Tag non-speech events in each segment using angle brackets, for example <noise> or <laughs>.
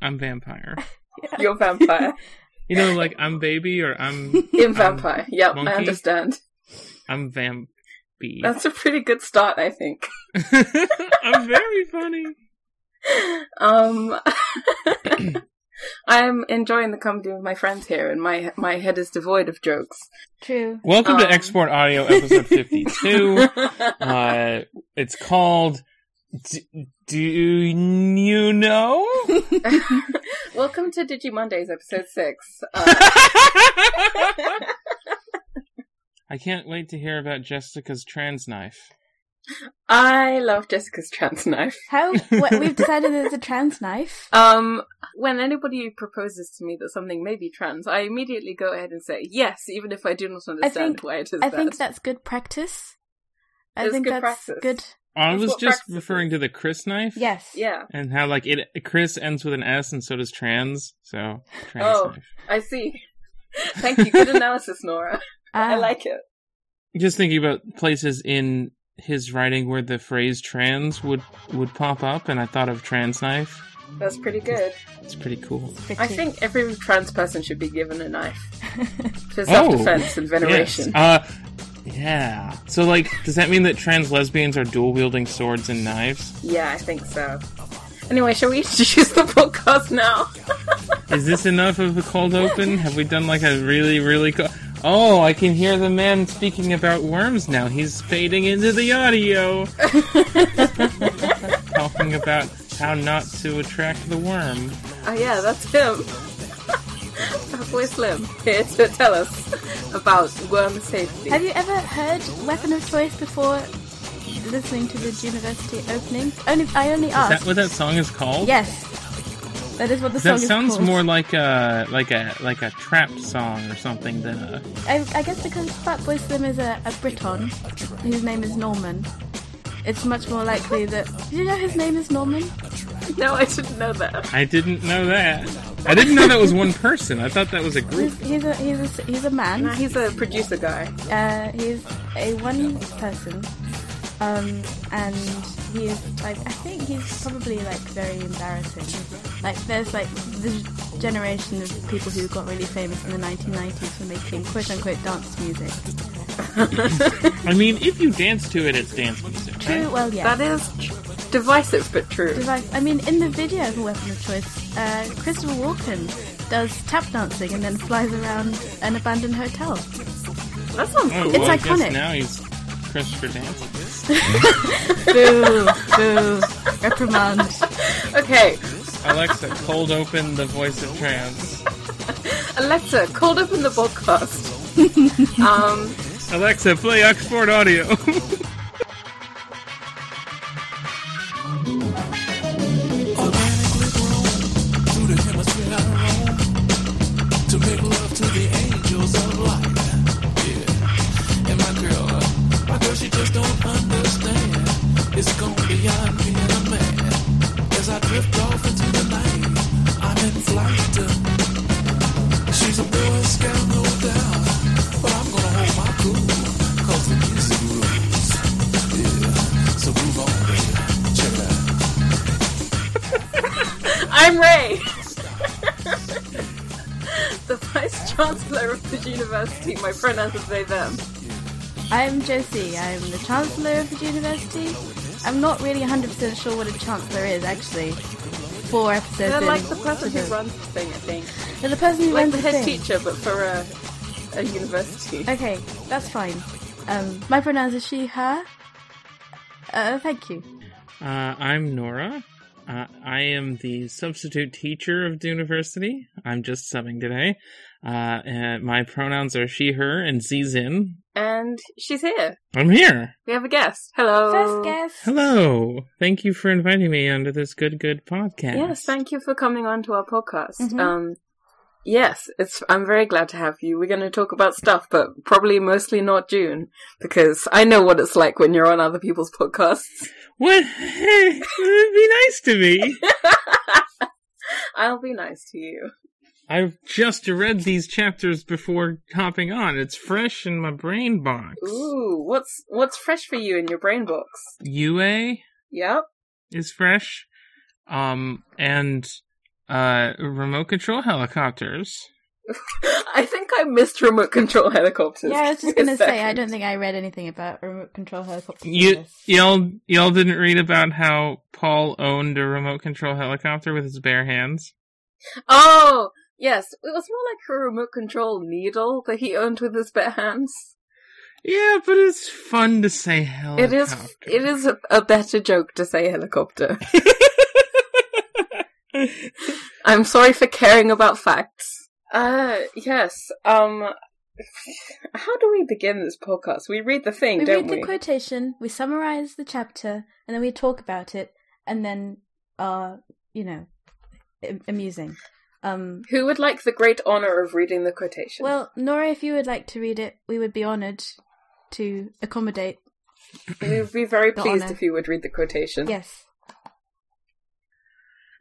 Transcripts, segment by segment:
I'm <laughs> vampire. You're vampire. You know, like I'm baby or I'm In vampire. yep, monkey? I understand. I'm vampy. <laughs> That's a pretty good start, I think. <laughs> I'm very funny. Um, <laughs> I'm enjoying the company of my friends here, and my my head is devoid of jokes. True. Welcome to Um. Export Audio <laughs> episode 52. uh, it's called D- Do You <laughs> Know? Welcome to Digi Mondays, episode six. Uh, I can't wait to hear about Jessica's trans knife. I love Jessica's trans knife. How what, <laughs> we've decided that it's a trans knife. Um, when anybody proposes to me that something may be trans, I immediately go ahead and say yes, even if I do not understand think- why it is. I that. think that's good practice. I It's think good that's practice. good. I That's was what just practice referring to the Chris knife. Yes. yeah, And how, like, it Chris ends with an S and so does trans. So, trans Oh. knife. I see. <laughs> Thank you. Good analysis, Nora. I <laughs> Ah. like it. Just thinking about places in his writing where the phrase trans would, would pop up, and I thought of trans knife. That's pretty good. It's pretty cool. I Pretty. think every trans person should be given a knife for self-defense and veneration. Yes. Uh, yeah. So, like, does that mean that trans lesbians are dual wielding swords and knives? Yeah, I think so. Anyway, shall we <laughs> introduce the podcast now? Is this enough of a cold open? Have we done like a really, really cold? Oh, I can hear the man speaking about worms now. He's fading into the audio, talking about how not to attract the worm. Oh yeah, that's him. <laughs> Boy Slim here to tell us about worm safety. <laughs> Have you ever heard Weapon of Choice before listening to the university opening? Only I only Is that asked. what that song is called? Yes, that is what the song That is sounds called. more like a like a like a trap song or something than a I, I guess because Fatboy Slim is a, a Briton whose name is Norman, it's much more likely that. Did you know his name is Norman? No, I didn't know that. I didn't know that. I didn't know that was one person. I thought that was a group. He's, he's, a, he's, a, s- he's a man. Now he's a producer guy. Uh, he's a one person, um, and he is like I think he's probably like very embarrassing. Like there's like this generation of people who got really famous in the 1990s for making quote unquote dance music. I mean, if you dance to it, it's dance music. right? True, well, yeah. That is tr- divisive but true. Device. I mean, in the video for Weapon of Choice, uh, Christopher Walken does tap dancing and then flies around an abandoned hotel. That sounds Oh, cool. well, I iconic. guess now he's Christopher dancing. Boo, boo, reprimand. Okay, Alexa, cold open the voice of trans. Alexa, called up in the podcast. <laughs> um, Alexa, play Oxford audio. <laughs> organically grown through the hemisphere I roam to make love to the angels of light. Yeah, and my girl, uh, my girl, she just don't understand. It's gone beyond being a man. As I drift off into the night, I'm in flight. She's a boy scout, no doubt, but I'm gonna hold my cool 'cause the music rules. Yeah, so move on, baby. Check it out. I'm Ray, <laughs> the Vice Chancellor of the University. My pronouns are they them. I'm Josie. I'm the Chancellor of the university. I'm not really 100% sure what a Chancellor is, actually. Four episodes They're in. like the person who Mhm. runs the thing, I think. They're the person who Like runs the head thing. teacher, but for a, a university. Okay, that's fine. Um, my pronouns are she, her. Uh, thank you. uh, I'm Nora. Uh, I am the substitute teacher of the university. I'm just subbing today. Uh, and my pronouns are she, her, and Z's in. And she's here. I'm here. We have a guest. Hello. First guess. Hello. Thank you for inviting me onto this good, good podcast. Yes, thank you for coming on to our podcast. Mhm. Um, yes, it's. I'm very glad to have you. We're going to talk about stuff, but probably mostly not June because I know what it's like when you're on other people's podcasts. <laughs> What? It would be <laughs> nice to me. I'll be nice to you. I've just read these chapters before hopping on. It's fresh in my brain box. Ooh, what's what's fresh for you in your brain box? UA Yep. <laughs> is fresh. Um, and uh, remote control helicopters. I think I missed remote control <laughs> helicopters. Yeah, <laughs> I was just Wait a gonna say I second. don't think I read anything about remote control helicopters. in You this. y'all y'all didn't read about how Paul owned a remote control helicopter with his bare hands. Oh, yes. It was more like a remote control needle that he owned with his bare hands. Yeah, but it's fun to say It helicopter. is. It is a, a better joke to say helicopter. <laughs> I'm sorry for caring about facts. Uh, yes. Um, how do we begin this podcast? We read the thing, we don't read we? the quotation, we summarize the chapter, and then we talk about it, and then are you know am- amusing. Um, Who would like the great honor of reading the quotation? <laughs> well, Nora, if you would like to read it, we would be honoured to accommodate. we would be very the pleased honor. if you would read the quotation. Yes.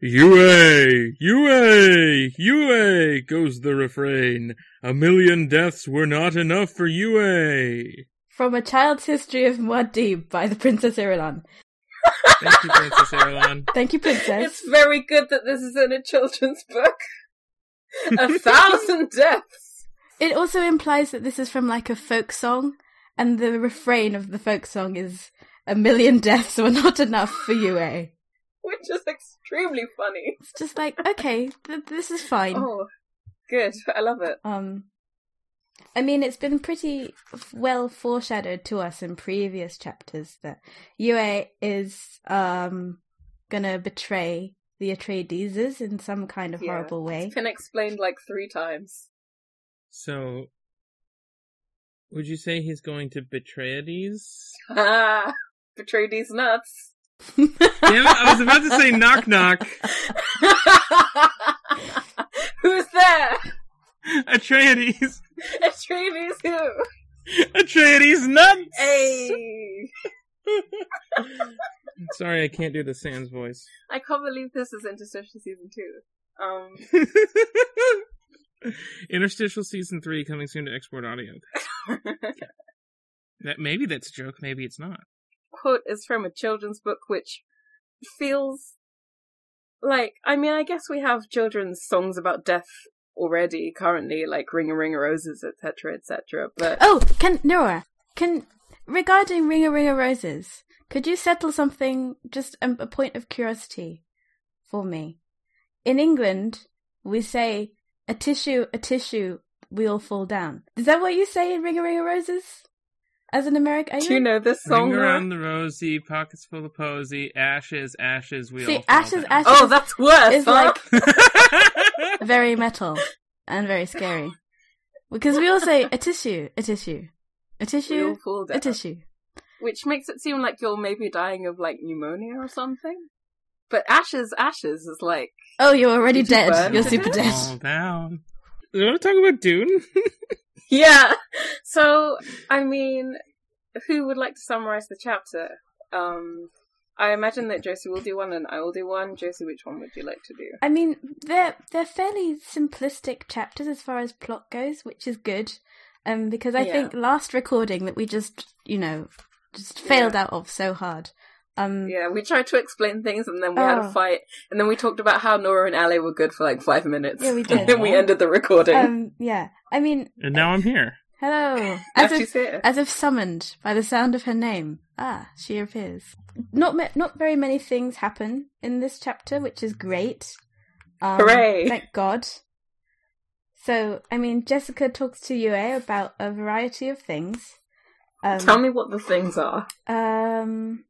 UA, UA, UA goes the refrain. A million deaths were not enough for UA. From A Child's History of Muad'Dib by the Princess Irulan. Thank you, Princess Irulan. Thank you, Princess. It's very good that this is in a children's <laughs> book. a <laughs> thousand deaths. it also implies that this is from like a folk song, and the refrain of the folk song is A million deaths were not enough for UA. which is extremely funny. It's just like, okay, th- this is fine. Oh, good. I love it. Um, I mean, it's been pretty f- well foreshadowed to us in previous chapters that Yue is um gonna betray the Atreideses in some kind of Yeah. horrible way. It's been explained like three times. <laughs> So, would you say he's going to Betrayades? Ah, betrayed these nuts. Damn it, I was about to say knock knock. <laughs> Who's there? Atreides. Atreides who? Atreides nuts! Hey! Sorry, I can't do the Sans voice. I can't believe this is interstitial season two. Um, <laughs> <laughs> Interstitial Season 3 coming soon to Export Audio. That Maybe that's a joke, maybe it's not. quote is from a children's book, which feels like I mean, I guess we have children's songs about death already currently, like "Ring a Ring of Roses," etc., etc. But oh, can Nora can regarding Ring a Ring of Roses, could you settle something? Just a, a point of curiosity for me. In England, we say a tissue, a tissue, we all fall down. Is that what you say in Ring a Ring of Roses? As an American, are do you know this song? Ring Nora? around the rosy, pockets full of posy, ashes, ashes, we See, all fall ashes, down. oh, that's worse. It's huh? like <laughs> very metal and very scary because we all say a tissue, a tissue, We a all tissue, fall a down, tissue. which makes it seem like you're maybe dying of like pneumonia or something. But ashes, ashes is like <laughs> Oh, you're already Did you dead. burn You're to super death? dead. Fall down. You want to talk about Dune? yeah. So, I mean, who would like to summarize the chapter? Um, I imagine that Josie will do one and I will do one. Josie, which one would you like to do? I mean, they're they're fairly simplistic chapters as far as plot goes, which is good. Um, because I Yeah. think last recording that we just you know just failed out of so hard. Um, Yeah, we tried to explain things and then we had a Oh. fight and then we talked about how Nora and Ale were good for like five minutes. <laughs> Yeah, we and did. then we ended the recording. um, yeah. I mean, And now I'm here. hello. <laughs> Now As she's if here. as if summoned by the sound of her name, ah, she appears. Not ma- not very many things happen in this chapter, which is great. Um, Hooray. Thank God. So, I mean, Jessica talks to Yue about a variety of things. Um, Tell me what the things are. um,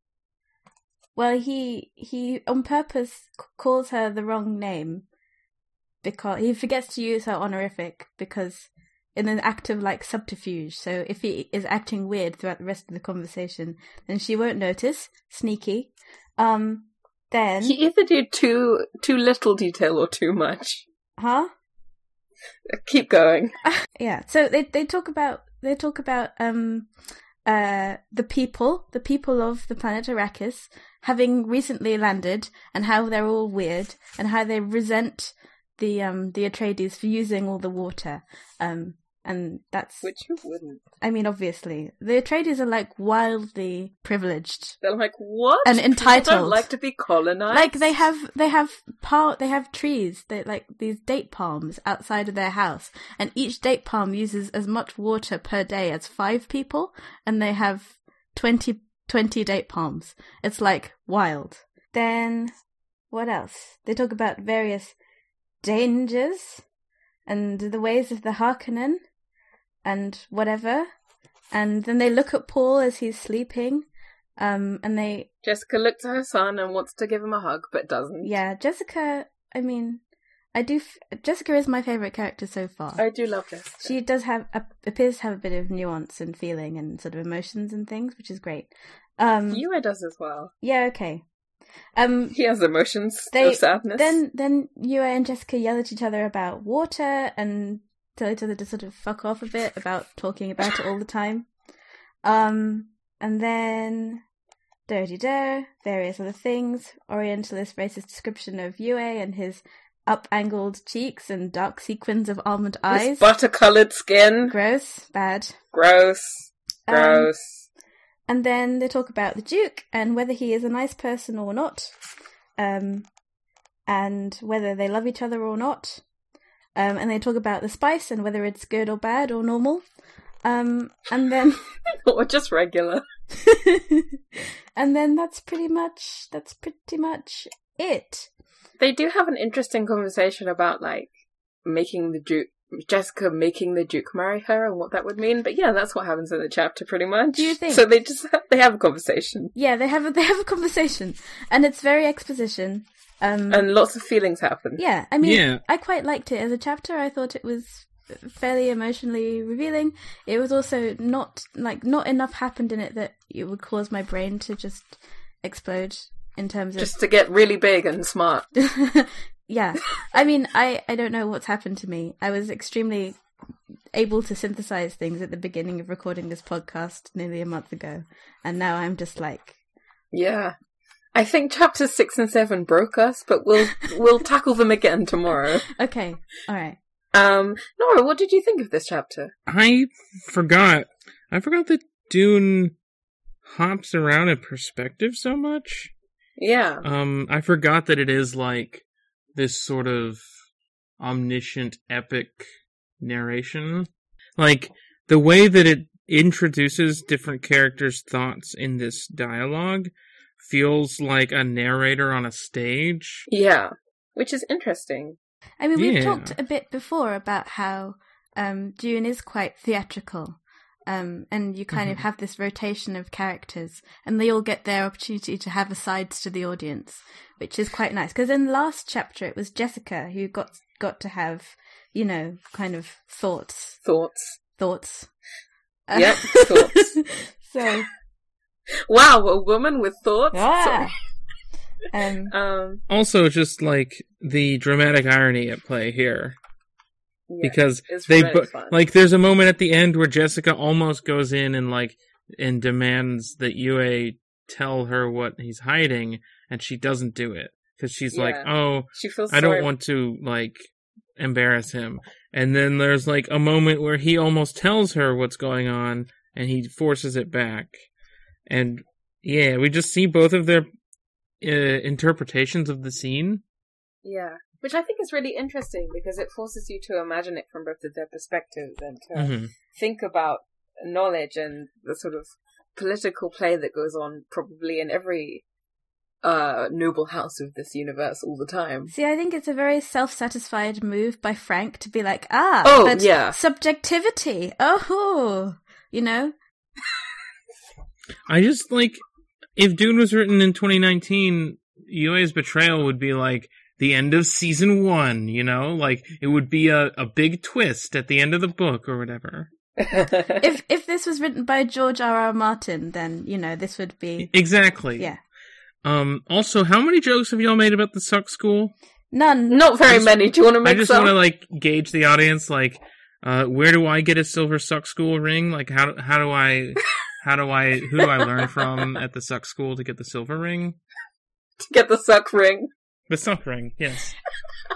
well, he he on purpose c- calls her the wrong name because he forgets to use her honorific because in an act of like subterfuge. So if he is acting weird throughout the rest of the conversation, then she won't notice. Sneaky. Um, then You either do too too little detail or too much. huh? Keep going. yeah so they they talk about they talk about um uh the people the people of the planet arrakis having recently landed and how they're all weird and how they resent the um the atreides for using all the water um and that's Which who wouldn't? I mean, obviously, the Atreides are like wildly privileged. They're like, what? And People entitled. Don't like to be colonized. Like they have, they have pal- they have trees. They like these date palms outside of their house, and each date palm uses as much water per day as five people, and they have 20, 20 date palms. It's like wild. Then, what else? They talk about various dangers and the ways of the Harkonnen and whatever. And then they look at Paul as he's sleeping, um, and they Jessica looked at her son and wants to give him a hug, but doesn't. yeah, Jessica. I mean, I do. F- Jessica is my favorite character so far. I do love Jessica. she does have a, appears to have a bit of nuance and feeling and sort of emotions and things, which is great. Um, Yue does as well. yeah, okay. Um, He has emotions they of sadness. then then Yue and Jessica yell at each other about water and tell each other to sort of fuck off a bit about talking about it all the time. Um, and then dirty dare various other things. Orientalist racist description of Yue and his up-angled cheeks and dark sequins of almond eyes. His butter-colored skin. Gross, bad. Gross. Um, Gross. <laughs> And then they talk about the Duke and whether he is a nice person or not, um, and whether they love each other or not. Um, and they talk about the spice and whether it's good or bad or normal. Um, and then, or just regular. and then that's pretty much that's pretty much it. They do have an interesting conversation about like making the Duke Jessica making the Duke marry her and what that would mean. But yeah, that's what happens in the chapter pretty much. Do you think- So they just they have a conversation. Yeah, they have a, <laughs> they have a conversation, and it's very exposition. Um, And lots of feelings happen. Yeah, I mean, Yeah. I quite liked it as a chapter. I thought it was fairly emotionally revealing. It was also not like not enough happened in it that it would cause my brain to just explode in terms of Just to get really big and smart. <laughs> yeah. I mean, I I don't know what's happened to me. I was extremely able to synthesize things at the beginning of recording this podcast nearly a month ago, and now I'm just like Yeah. I think chapters six and seven broke us, but we'll we'll tackle them again tomorrow. okay, all right. Um, Nora, what did you think of this chapter? I forgot. I forgot that Dune hops around in perspective so much. Yeah, Um, I forgot that it is like this sort of omniscient epic narration. Like the way that it introduces different characters' thoughts in this dialogue feels like a narrator on a stage. yeah, which is interesting. I mean, we've Yeah. talked a bit before about how um, Dune is quite theatrical, um, and you kind of have this rotation of characters, and they all get their opportunity to have asides to the audience, which is quite nice. Because in last chapter, it was Jessica who got got to have, you know, kind of thoughts, Thoughts? thoughts. <laughs> Uh. Yep, thoughts. so Wow, a woman with thoughts. ah. um, Sorry. Um, Also, just like the dramatic irony at play here. yeah. because it's they really bo- fun. like there's a moment at the end where Jessica almost goes in and like and demands that Yue tell her what he's hiding, and she doesn't do it because she's like, Yeah. "Oh, she feels. I sorry- don't want to like embarrass him." And then there's like a moment where he almost tells her what's going on, and he forces it back. And yeah, we just see both of their uh, interpretations of the scene. Yeah, which I think is really interesting because it forces you to imagine it from both of their perspectives and to Mhm. think about knowledge and the sort of political play that goes on probably in every uh noble house of this universe all the <laughs> time. See, I think it's a very self-satisfied move by Frank to be like, ah, Oh, but yeah. subjectivity. Oh, you know, I just like if Dune was written in 2019, Yue's betrayal would be like the end of season one. You know, like it would be a, a big twist at the end of the book or whatever. if if this was written by George R. R. Martin, then you know this would be E-, Exactly. yeah, Um. Also, how many jokes have y'all made about the suck school? none. Not very many. Do you want to I make just some? want to like gauge the audience. Like, uh, where do I get a silver suck school ring? Like, how how do I how do I who do I learn from at the suck school to get the silver ring? to get the suck ring. The suck ring. Yes.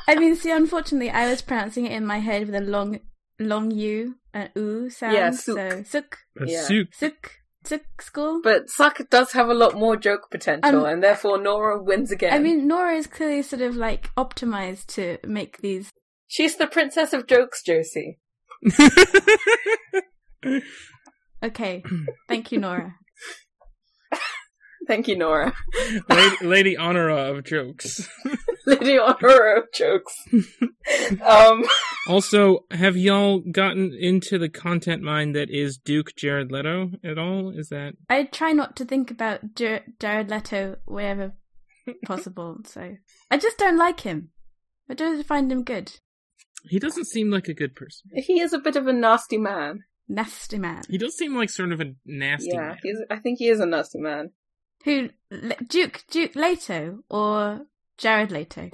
I mean, see, unfortunately, I was pronouncing it in my head with a long long U and oo sound. Yeah, so sook. sook, A Yeah. souk. sook, sook school. But Saka does have a lot more joke potential, Um, and therefore Nora wins again. I mean, Nora is clearly sort of like optimized to make these. she's the princess of jokes, Josie. Okay, thank you, Nora. Thank <laughs> you, Nora. Lady, Lady Honora of jokes. <laughs> Lady on her own jokes. um, Also, have y'all gotten into the content mine that is Duke Jared Leto at all? Is that I try not to think about Jar- Jared Leto wherever possible. <laughs> so I just don't like him. I don't find him good. he doesn't seem like a good person. he is a bit of a nasty man. Nasty man. He does seem like sort of a nasty yeah, man. he's, I think he is a nasty man. Who Le- Duke Duke Leto or <laughs> Jared Leto?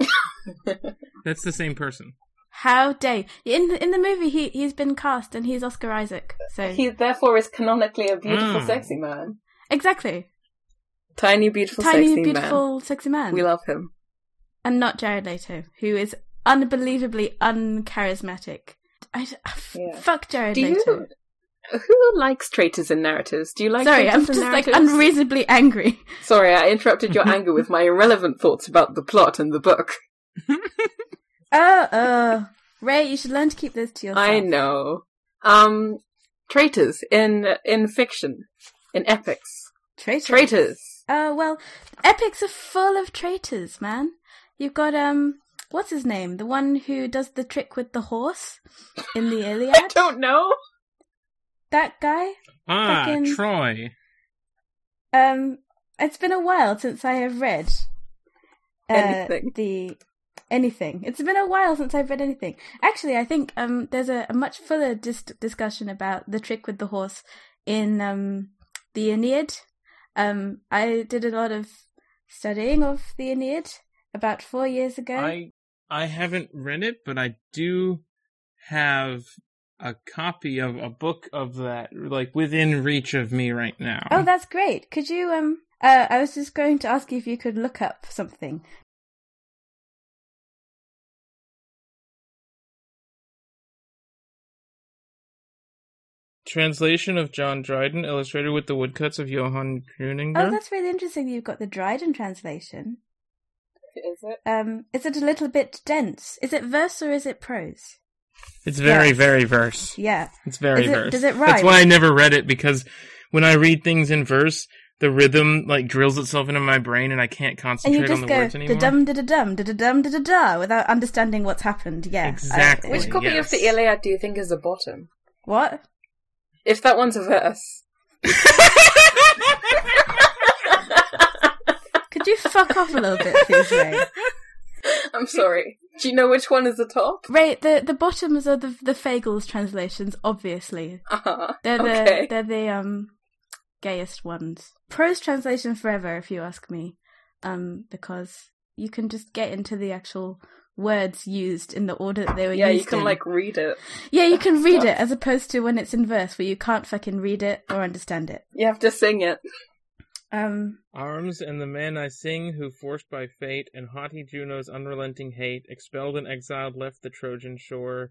That's the same person. How dare in the, in the movie he he's been cast and he's Oscar Isaac. So He therefore is canonically a beautiful, Mm. sexy man. exactly, Tiny, beautiful, tiny, sexy man. beautiful, sexy man, We love him. and not Jared Leto, who is unbelievably uncharismatic. I d f Yeah. fuck Jared Do Leto. you? Who likes traitors in narratives? Do you like? Sorry, I'm traitors just in like narratives? unreasonably angry. Sorry, I interrupted your anger with my irrelevant thoughts about the plot and the book. Oh, oh, Ray, you should learn to keep those to yourself. I know. Um, traitors in in fiction, in epics. traitors. Traitors. Uh, well, epics are full of traitors, man. You've got um, what's his name? The one who does the trick with the horse in <laughs> the I Iliad. don't know. that guy. Ah, Fucking- Troy. Um, it's been a while since I have read uh, Anything. The anything. It's been a while since I've read anything. Actually, I think um, there's a, a much fuller dis- discussion about the trick with the horse in um, the Aeneid. Um, I did a lot of studying of the Aeneid about four years ago. I I haven't read it, but I do have a copy of a book of that, like within reach of me right now. Oh, that's great. Could you um? Uh, I was just going to ask you if you could look up something. Oh, Translation of John Dryden, illustrated with the woodcuts of Johann Gruninger. Oh, that's really interesting. You've got the Dryden translation. Is it? Um, is it a little bit dense? Is it verse or is it prose? It's very, Yeah. very verse. Yeah. It's very Is it- verse. does it That's rhyme? why I never read it because when I read things in verse, the rhythm like drills itself into my brain and I can't And concentrate you on just the go words da anymore. dum da da dum da da dum da da da without understanding what's happened. Yeah. Uh, I- Exactly. Which Yeah, copy yes. of the Iliad do you think is the bottom? What? If that one's a <laughs> verse. Could you fuck off a little bit, <laughs> please, Ray? I'm sorry. Do you know which one is the top? Ray, the the bottoms are the the Fagles translations, obviously. Uh-huh. They're the okay. they're the um gayest ones. Prose translation forever, if you ask me, um, because you can just get into the actual words used in the order that they were Yeah, used. you can in. like read it. yeah, you can read it as opposed to when it's in verse where you can't fucking read it or understand it. You have to sing it. Um, Arms and the man I sing, who forced by fate and haughty Juno's unrelenting hate, expelled and exiled, left the Trojan shore.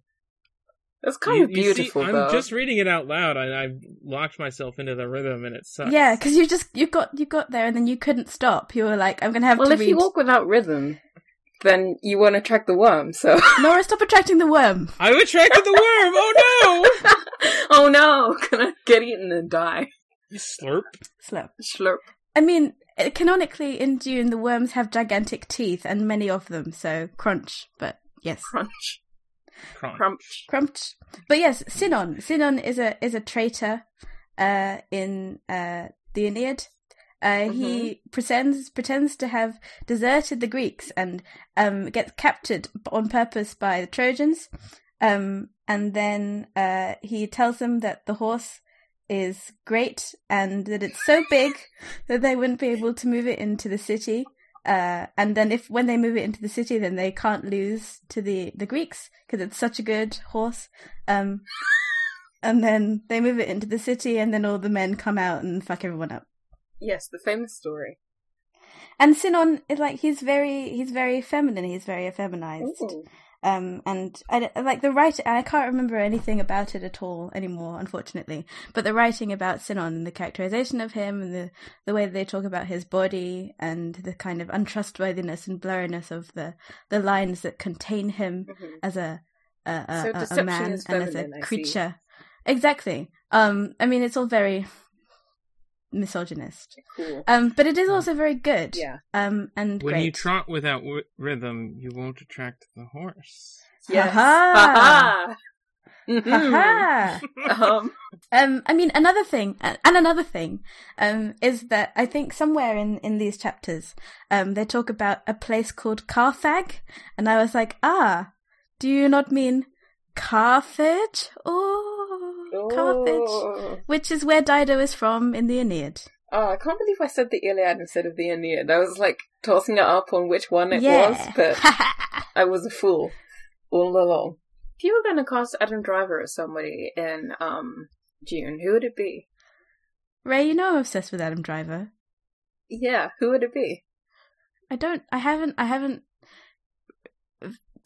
It's kind You- of you see- beautiful I'm though. just reading it out loud, and I've locked myself into the rhythm, and it sucks. yeah, because you just you got you got there and then you couldn't stop. You were like, I'm gonna have Well, to if read. you walk without rhythm, then you won't attract the worm. So, <laughs> <gasps> Nora, stop attracting the worm. I attracted the worm. Oh no! <laughs> oh no, <laughs> gonna get eaten and die. You slurp. Slow. Slurp. I mean, uh, canonically in Dune, the worms have gigantic teeth and many of them, so crunch. But yes, Crunch. Crunch. Crunch. crunch. But yes, Sinon. Sinon is a is a traitor uh, in uh, the Aeneid. Uh, He pretends pretends to have deserted the Greeks and um, gets captured b- on purpose by the Trojans. Um, and then uh, he tells them that the horse is great and that it's so big that they wouldn't be able to move it into the city. Uh, and then if when they move it into the city, then they can't lose to the the Greeks because it's such a good horse. Um, and then they move it into the city, and then all the men come out and fuck everyone up. Yes, the famous story. And Sinon is like he's very he's very feminine. He's very effeminized. Ooh. Um, and I don't- like the writing. I can't remember anything about it at all anymore, unfortunately. But the writing about Sinon and the characterization of him, and the the way they talk about his body, and the kind of untrustworthiness and blurriness of the the lines that contain him Mhm. as a a, a- So a- a, deception man is and as a feminine, I see. creature. Exactly. Um, I mean, it's all very misogynist. Cool. Um, but it is also very good. Mm. Yeah. Um, and When great. you trot without w- rhythm, you won't attract the <laughs> horse. Yes. Ha-ha. Ha-ha. Mhm. Ha-ha. um, um, I mean, another thing, uh, and another thing, um, is that I think somewhere in, in these chapters, um, they talk about a place called Carthag, and I was like, ah, do you not mean Carthage? Oh, Carthage, oh. which is where Dido is from in the Aeneid. Oh, I can't believe I said the Iliad instead of the Aeneid. I was like tossing it up on which one it was, but I was a fool all along. If you were going to cast Adam Driver as somebody in um June, who would it be? <laughs> Ray, you know I'm obsessed with Adam Driver. Yeah, who would it be? I don't. I haven't. I haven't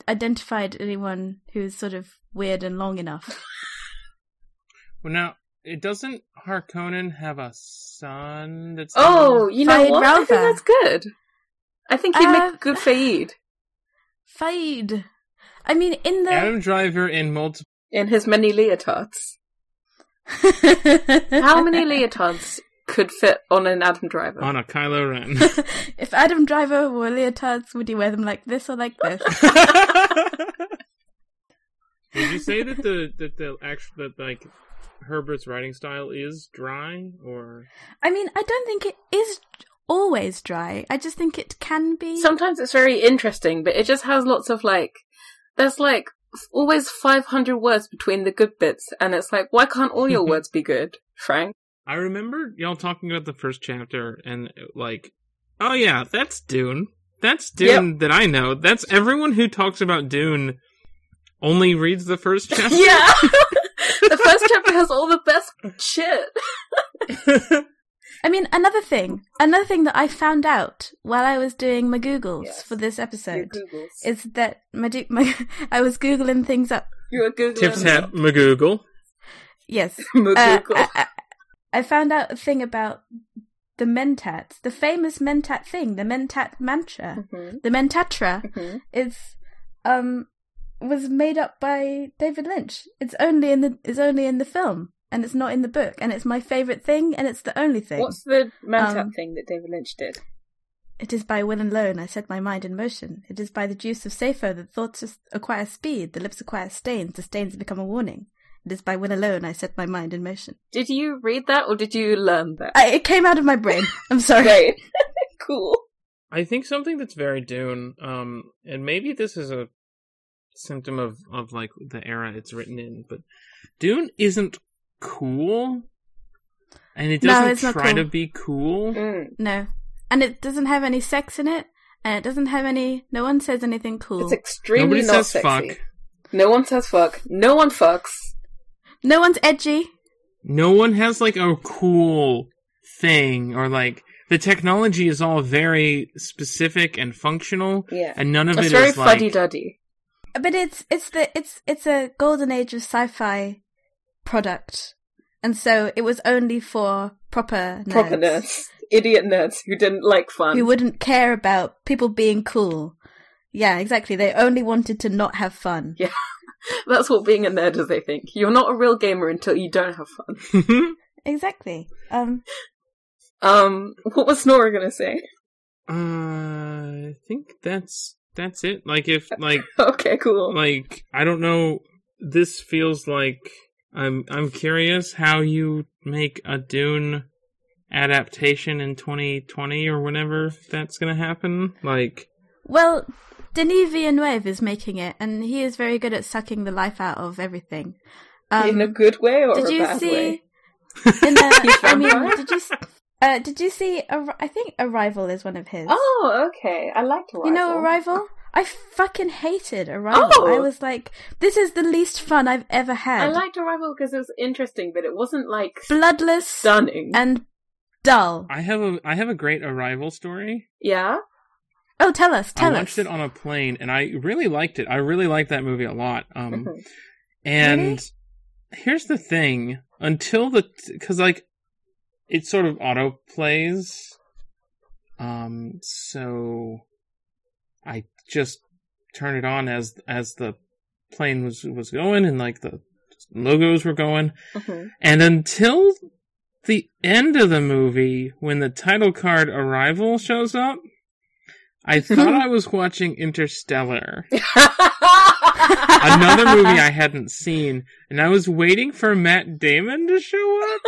identified anyone who's sort of weird and long enough. Well, now it doesn't Harkonnen have a son? That's Oh, you know Faid what? I think Rautha. that's good. I think he'd make Uh, a good Faid Fade. I mean, in the Adam Driver in multiple. in his many <laughs> leotards. How many leotards could fit on an Adam Driver? On a Kylo <laughs> Ren. if Adam Driver wore leotards, would he wear them like this or like this? <laughs> Did you say that the that the actual that like Herbert's writing style is dry or I mean, I don't think it is always dry. I just think it can be. Sometimes it's very interesting, but it just has lots of like, there's like f- always 500 words between the good bits, and it's like, why can't all <laughs> your words be good, Frank? I remember y'all talking about the first chapter and like, oh yeah, that's Dune. That's Dune that I know. That's everyone who talks about Dune only reads the first chapter. Yeah! <laughs> the first chapter has all the best shit. I mean, another thing, another thing that I found out while I was doing my Googles Yes. for this episode Googles. is that my, do- <laughs> my I was googling things up. You're Googling. Tips <laughs> hat McGoogle. <laughs> Yes, Google. Uh, I, I- I found out a thing about the mentat, the famous mentat thing, the mentat mantra, Mhm, the mentatra. mhm. is um was made up by David Lynch. It's only in the it's only in the film and it's not in the book and it's my favorite thing and it's the only thing. What's the Mantap Um, thing that David Lynch did? It is by will and loan I set my mind in motion. It is by the juice of Sappho that thoughts as- acquire speed, the lips acquire stains, the stains become a warning. It is by will alone I set my mind in motion. Did you read that or did you learn that? I, it came out of my brain. I'm <laughs> sorry. Great. <laughs> cool. I think something that's very Dune, um, and maybe this is a symptom of, of like the era it's written in, but Dune isn't cool. And it No, doesn't it's not try to cool. be cool. Mm. No. And it doesn't have any sex in it and it doesn't have any no one says anything cool. It's extremely Nobody not says sexy. fuck. No one says fuck. No one fucks. no one's edgy. No one has like a cool thing or like the technology is all very specific and functional. Yeah. And none of It's it very is, like- <laughs> fuddy duddy. but it's it's the it's it's a golden age of sci-fi product, and so it was only for proper nerds Proper nerds. Idiot nerds who didn't like fun. who wouldn't care about people being cool. Yeah, exactly. They only wanted to not have fun. Yeah. That's what being a nerd is, I think. You're not a real gamer until you don't have fun. Exactly. Um, Um, what was Nora gonna say? <laughs> uh, I think that's that's it. Like if Uh, like Okay, cool. like I don't know. This feels like I'm I'm curious how you make a Dune adaptation in 2020 or whenever that's gonna happen. Like well, Denis Villeneuve is making it, and he is very good at sucking the life out of everything. Um, In a good way or did a you bad see way? in <laughs> the, I found mean, out? did you s- uh, did you see? Arri- I think Arrival is one of his. Oh, okay. I liked Arrival. You know Arrival? I fucking hated Arrival. Oh. I was like, this is the least fun I've ever I had. liked Arrival because it was interesting, but it wasn't like Bloodless stunning. and dull. I have a I have a great arrival story. yeah? Oh, tell us, tell I us. watched it on a plane, and I really liked it. I really liked that movie a lot. <laughs> Um, Mm-hmm. and here's the thing: until the because like it sort of auto plays, um, so I just turned it on as as the plane was was going, and like the logos were going, Mhm. and until the end of the movie, when the title card Arrival shows up, <laughs> I thought I was watching Interstellar, <laughs> another movie I hadn't seen, and I was waiting for Matt Damon to show up.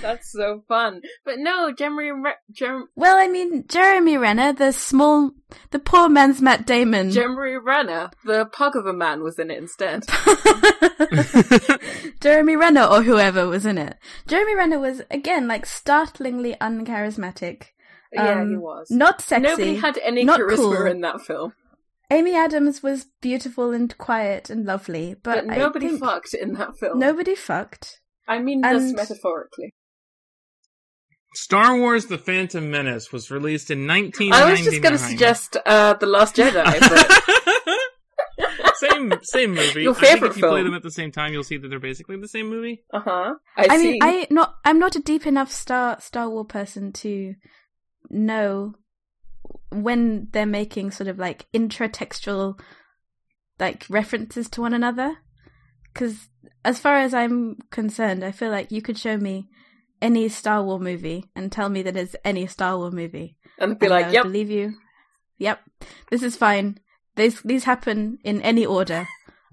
That's so fun. But no, Jeremy, Re- Jer- <laughs> well, I mean, Jeremy Renner, the small, the poor man's Matt Damon. Jeremy Renner, the pug of a man, was in it instead. <laughs> Um, <laughs> Jeremy Renner or whoever was in it. Jeremy Renner was again like startlingly uncharismatic. yeah, Um, he was. Not sexy. Nobody had any not charisma cool. in that film, Amy Adams was beautiful and quiet and lovely, but, but nobody I think fucked in that film. Nobody fucked. I mean this And- metaphorically. Star Wars: The Phantom Menace was released in 1999. I was just going to suggest uh, the Last Jedi, <laughs> but same same movie. Your I think favorite if you play film. them at the same time, you'll see that they're basically the same movie. uh huh. I, I, see. mean, I not I'm not a deep enough Star Star Wars person to know when they're making sort of like intratextual like references to one another. Because as far as I'm concerned, I feel like you could show me any Star Wars movie and tell me that it's any Star Wars movie. and be and I like, would yep, believe you. Yep, this is fine. These these happen in any order.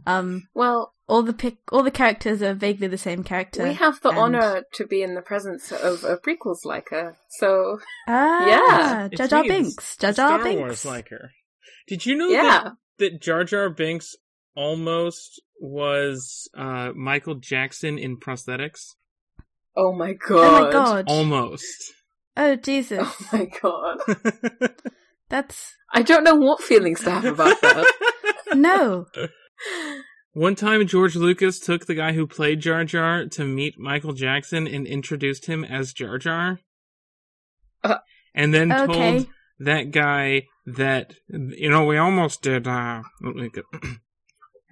Um, well, all the pic, all the characters are vaguely the same character. we have the and- honor to be in the presence of a prequels like her, so Ah, Yeah. yeah, It's Jar Jar me, it's- Binks, Jar It's Jar Star Binks. Wars like her. Did you know that yeah. that Jar Jar Binks almost was uh, Michael Jackson in prosthetics? Oh my oh god. my god! Almost. <laughs> oh Jesus, <laughs> Oh my god. that's I don't know what feelings to have about <laughs> that. no. One time, George Lucas took the guy who played Jar Jar to meet Michael Jackson and introduced him as Jar Jar. Uh, and then Okay, told that guy that, you know, we almost did, uh, <clears throat> you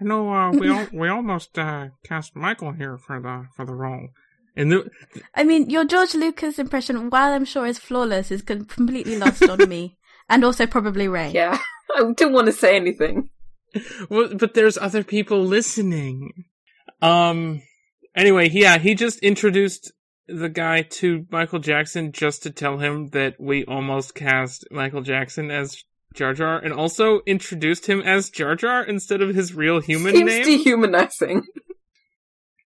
know, uh, we, al- we almost, uh, cast Michael here for the, for the role. And the, I mean your George Lucas impression, while I'm sure is flawless, is com- completely lost on <laughs> me, and also probably Ray. yeah. <laughs> I didn't want to say anything. Well, but there's other people listening. Um. Anyway, yeah, he just introduced the guy to Michael Jackson just to tell him that we almost cast Michael Jackson as Jar Jar, and also introduced him as Jar Jar instead of his real human Seems name. dehumanizing.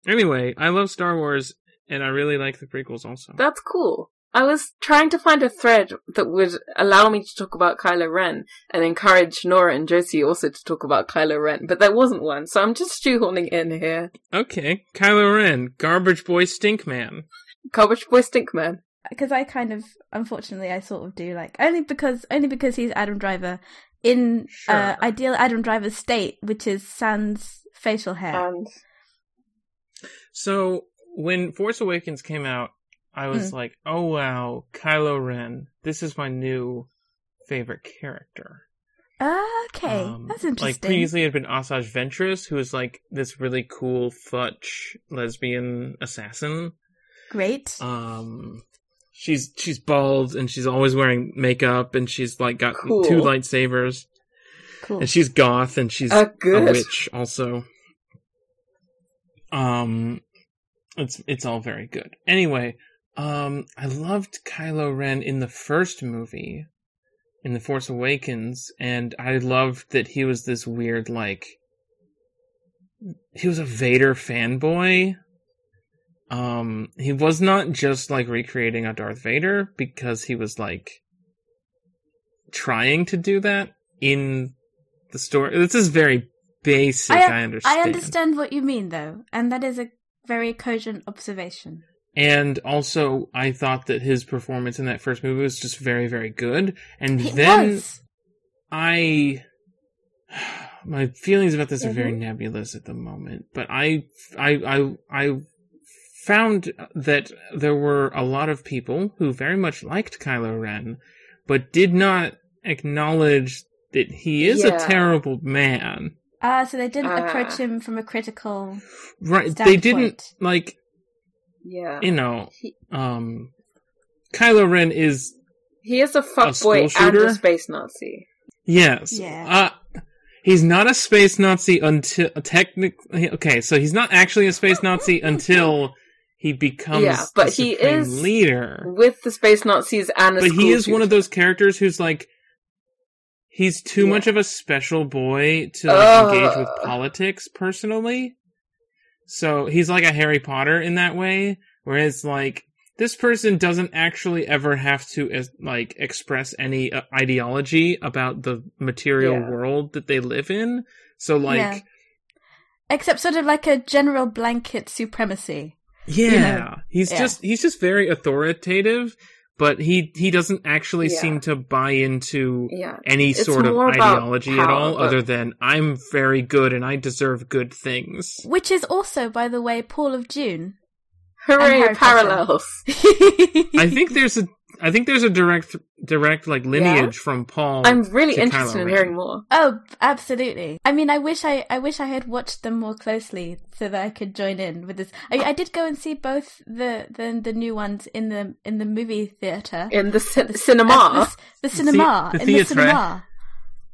anyway, I love Star Wars, and I really like the prequels also. That's cool. I was trying to find a thread that would allow me to talk about Kylo Ren and encourage Nora and Josie also to talk about Kylo Ren, but there wasn't one, so I'm just shoehorning in here. okay, Kylo Ren, Garbage Boy, Stink Man. Garbage Boy Stinkman. because I kind of unfortunately I sort of do like only because only because he's Adam Driver in uh, Sure. ideal Adam Driver's state, which is sans facial hair. And So when Force Awakens came out, I was Hmm. like, "Oh wow, Kylo Ren! This is my new favorite character." okay, Um, that's Like interesting. previously, it had been Asajj Ventress, who was like this really cool futch lesbian assassin. Great. Um, she's she's bald and she's always wearing makeup and she's like got Cool. two lightsabers <laughs> cool. and she's goth and she's uh, a good. witch also. Um it's it's all very good. Anyway, um I loved Kylo Ren in the first movie in The Force Awakens and I loved that he was this weird like he was a Vader fanboy. Um he was not just like recreating a Darth Vader because he was like trying to do that in the story. This is very basic. I- I, understand. I understand what you mean though, and that is a very cogent observation. And also, I thought that his performance in that first movie was just very, very good. And It then was. I, <sighs> my feelings about this are very Mhm. nebulous at the moment. But I, I, I, I found that there were a lot of people who very much liked Kylo Ren, but did not acknowledge that he is Yeah. a terrible man. Ah, so they didn't Ah. approach him from a critical. Right. They Standpoint. didn't like, Yeah. you know, He- um Kylo Ren is He is a school fuckboy and shooter? a space Nazi. yes. Yeah. Uh he's not a space Nazi until technically okay, so he's not actually a space Nazi until he becomes Yeah, but the he supreme is- leader. With the space Nazis and a But school he is one of shooter. those characters who's like he's too Yeah. much of a special boy to like, Ugh. engage with politics personally. So he's like a Harry Potter in that way, whereas like this person doesn't actually ever have to as, like express any uh, ideology about the material Yeah. world that they live in. So like Yeah. Except sort of like a general blanket supremacy. Yeah, know? he's Yeah. just he's just very authoritative, but he he doesn't actually Yeah. seem to buy into Yeah. any It's sort of more about ideology at power, all, but- other than I'm very good and I deserve good things. <laughs> Which is also, by the way, Paul of June. <laughs> And Hooray, Harry Potter. parallels. I think there's a I think there's a direct direct like lineage from Paul. I'm really Oh, to interested Kylo in Ren. hearing more. Oh, absolutely. I mean, I wish I, I wish I had watched them more closely so that I could join in with this. I, I did go and see both the, the the new ones in the in the movie theater, In the cin- At the, cinema. s- the cinema, the in the theatre. cinema,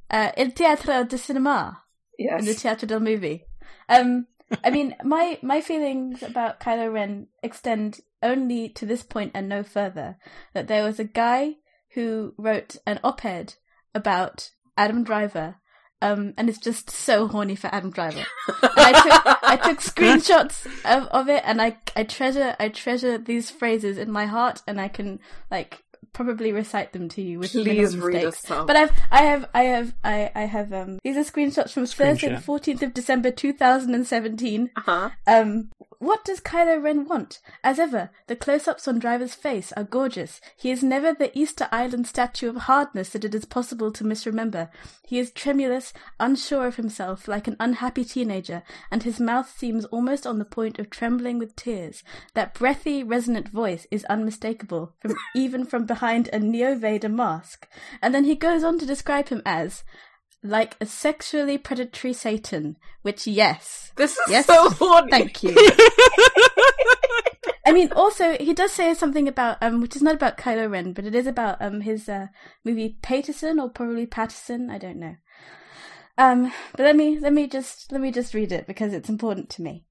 uh, il teatro de cinema, in the Yes. teatro del movie. Um, <laughs> I mean, my my feelings about Kylo Ren extend only to this point and no further. That there was a guy who wrote an op-ed about Adam Driver, um, and is just so horny for Adam Driver. And I took I <laughs> took screenshots of, of it, and I I treasure I treasure these phrases in my heart, and I can like probably recite them to you with Please minimal read mistakes. us some. But I've I have I have I I have um these are screenshots from Thursday the Screenshot. fourteenth of December two thousand and seventeen. Uh-huh. Um, what does Kylo Ren want? As ever, the close-ups on Driver's face are gorgeous. He is never the Easter Island statue of hardness that it is possible to misremember. He is tremulous, unsure of himself, like an unhappy teenager, and his mouth seems almost on the point of trembling with tears. That breathy, resonant voice is unmistakable, from, <laughs> even from behind a Neo Vader mask. And then he goes on to describe him as like a sexually predatory Satan, which, yes. This is Yes. so horny. Thank you. I mean, also he does say something about um, which is not about Kylo Ren, but it is about um his uh movie Paterson or probably Patterson, I don't know. Um, but let me let me just let me just read it because it's important to me.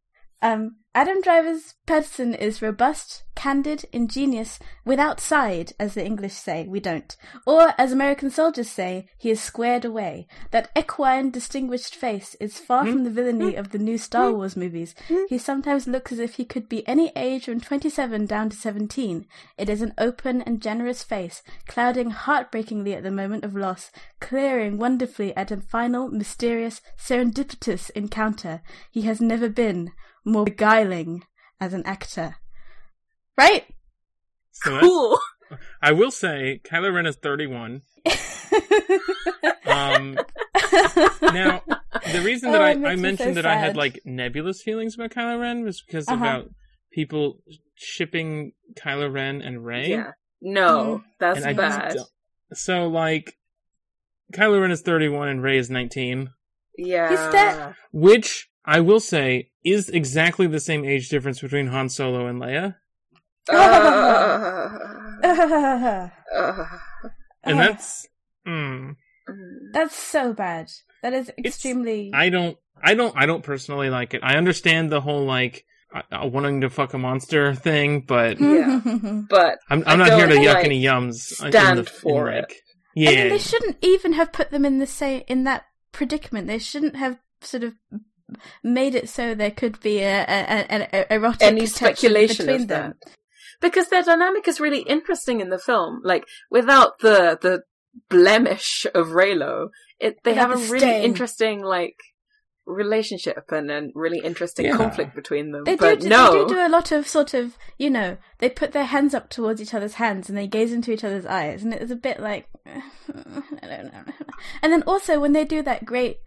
Um, Adam Driver's Patterson is robust, candid, ingenious, without side, as the English say, we don't. Or, as American soldiers say, he is squared away. That equine, distinguished face is far from the villainy of the new Star Wars movies. He sometimes looks as if he could be any age from 27 down to 17. It is an open and generous face, clouding heartbreakingly at the moment of loss, clearing wonderfully at a final, mysterious, serendipitous encounter. He has never been more beguiling as an actor. <laughs> Right? So that's- <laughs> Cool. I will say Kylo Ren is 31. <laughs> um, now, the reason that Oh, I, it makes I me mentioned so that I had sad. like nebulous feelings about Kylo Ren was because Uh-huh. about people shipping Kylo Ren and Rey. Yeah. No, that's Mm-hmm. and I just bad. don't- So like, Kylo Ren is 31 and Rey is 19, Yeah. Is that- which I will say is exactly the same age difference between Han Solo and Leia, Uh, That's uh, and that's mm, <laughs> mm. so bad. That is extremely. I don't I don't I don't personally like it. I understand the whole like I, I wanting to fuck a monster <laughs> thing, but Hmm. <laughs> yeah. but I'm I I'm not here to don't, yuck like, any yums. in stand the- in, for it. like- I Yeah, mean, they shouldn't even have put them in the same in that predicament. They shouldn't have sort of made it so there could be a, a, a, a erotic any tension speculation between of them. that. Because their dynamic is really interesting in the film. Like without the the blemish of Raylo, it they Without have a the really stain. interesting like relationship and a really interesting Yeah. conflict between them. They do, but do- no, they do do a lot of sort of, you know, they put their hands up towards each other's hands and they gaze into each other's eyes, and it was a bit like, <laughs> I don't know. And then also when they do that great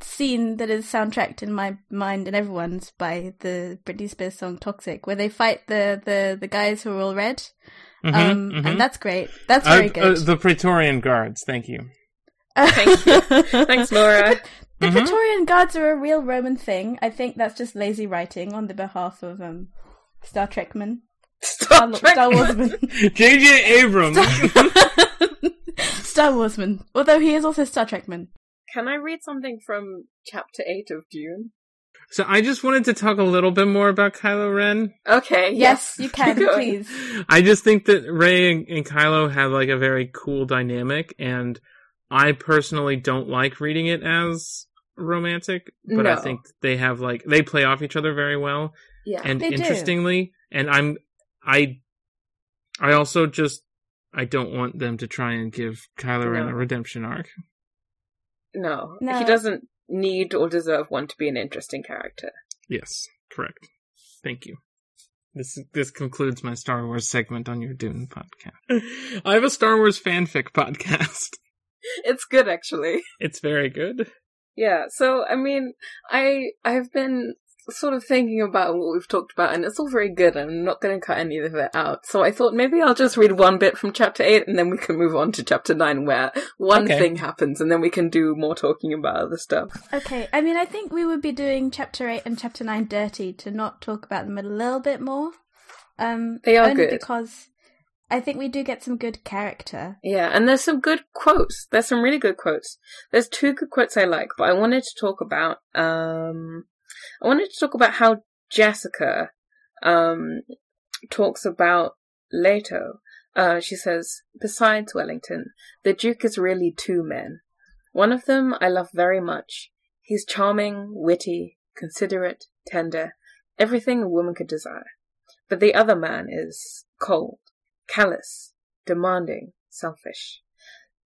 scene that is soundtracked in my mind and everyone's by the Britney Spears song "Toxic," where they fight the the the guys who are all red, Mhm, um, mhm. and that's great. That's Uh, very good. <laughs> uh, the Praetorian Guards, thank you. <laughs> Thank you. <laughs> <laughs> Thanks, Laura. The Mhm. Praetorian Guards are a real Roman thing. I think that's just lazy writing on the behalf of um, Star Trekman, Star, Stop. Trek. Star Warsman, J.J. Abrams. Star Warsman. Although he is also Star Trekman. <laughs> Can I read something from chapter 8 of Dune? so I just wanted to talk a little bit more about Kylo Ren. Okay. Yes, <laughs> you can, Keep going. please. I just think that Ray and, and Kylo have like a very cool dynamic, and I personally don't like reading it as romantic, but I No. think they have like they play off each other very well Yeah. and They do. interestingly. And I'm I I also just I don't want them to try and give Kylo Ren No. a redemption arc. no. No. He doesn't need or deserve one to be an interesting character. Yes, correct. Thank you. This this concludes my Star Wars segment on your Dune podcast. I have a Star Wars fanfic podcast. It's good, actually. <laughs> It's very good. Yeah. So, I mean, I, I've been sort of thinking about what we've talked about and it's all very good and I'm not going to cut any of it out. So I thought maybe I'll just read one bit from chapter 8 and then we can move on to chapter 9 where one Okay. thing happens and then we can do more talking about other stuff. Okay, I mean, I think we would be doing chapter 8 and chapter 9 dirty to not talk about them a little bit more. Um, They are only good. because I think we do get some good character. Yeah, and there's some good quotes. There's some really good quotes. There's two good quotes I like, but I wanted to talk about um I wanted to talk about how Jessica um talks about Leto. Uh she says, Besides Wellington, the Duke is really two men. One of them I love very much. He's charming, witty, considerate, tender, everything a woman could desire. But the other man is cold, callous, demanding, selfish,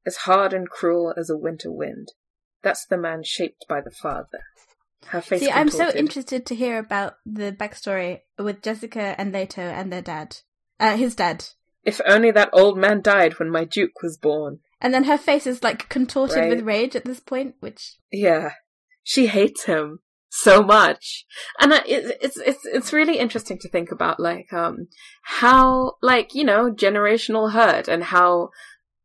as hard and cruel as a winter wind. That's the man shaped by the father. Her face See, I'm so contorted. interested to hear about the backstory with Jessica and Leto and their dad. Uh, his dad. If only that old man died when my Duke was born. And then her face is like contorted Right. with rage at this point, which Yeah, she hates him so much, and I, it, it's it's it's really interesting to think about, like um how like you know generational hurt and how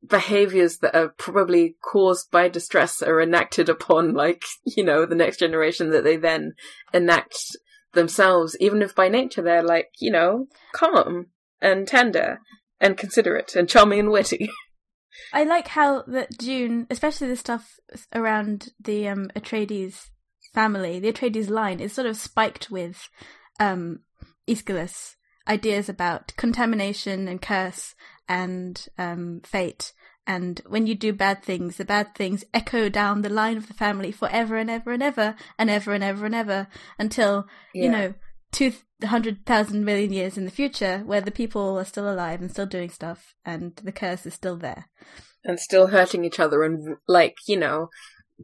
behaviors that are probably caused by distress are enacted upon like <laughs> you know the next generation that they then enact themselves even if by nature they're like you know calm and tender and considerate and charming and witty <laughs> I like how that June, especially the stuff around the um, Atreides family, the Atreides line, is sort of spiked with um, Aeschylus ideas about contamination and curse and um, fate. And when you do bad things, the bad things echo down the line of the family forever and ever and ever and ever and ever and ever until, Yeah. you know, 200,000 million years in the future where the people are still alive and still doing stuff and the curse is still there. and still hurting each other and like you know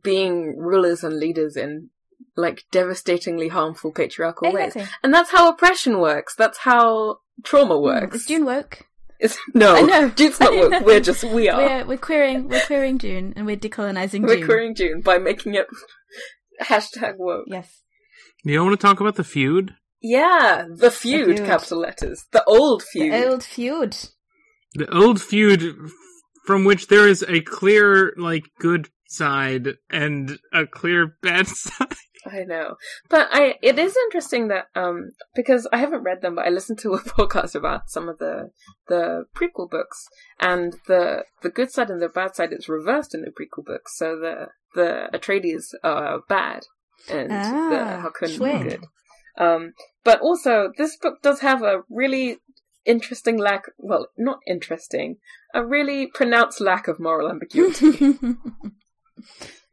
being rulers and leaders in like devastatingly harmful patriarchal ways Exactly. and that's how oppression works that's how trauma works Is June woke? <laughs> It's- no <laughs> I know. june's not I know. woke we're just <laughs> we are We're we're queering we're queering June and we're decolonizing we're June. querying june by making it <laughs> hashtag woke Yes. Do you want to talk about the feud? yeah the feud, feud. capital letters the old feud The old <laughs> feud. The old feud f- from which there is a clear, like, good side and a clear bad <laughs> side. I know. But I it is interesting that um because I haven't read them but I listened to a <laughs> podcast about some of the the prequel books and the the good side and the bad side is reversed in the prequel books. So the the Atreides are bad and Ah, the Hakun sweet. are good. Um but also this book does have a really interesting lack well, not interesting, a really pronounced lack of moral <laughs> ambiguity.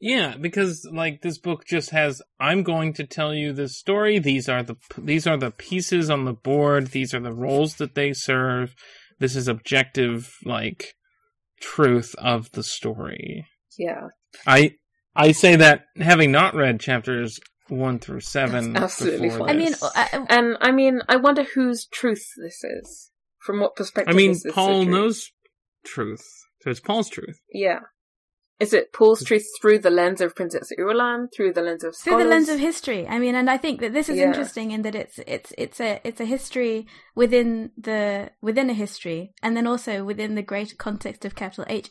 Yeah, because like this book just has I'm going to tell you this story. These are the these are the pieces on the board. These are the roles that they serve. This is objective like truth of the story. yeah. I I say that having not read chapters 1 through 7 That's absolutely before fine. I mean, uh, this. I, I- And I mean, I wonder whose truth this is. From what I perspective? mean, is this the Paul truth? knows truth, so it's Paul's truth. Yeah, Is it pulls truth through the lens of Princess Irulan, through the lens of through the scholars? lens of history. I mean, and I think that this is Yeah. interesting in that it's it's it's a it's a history within the within a history, and then also within the greater context of capital H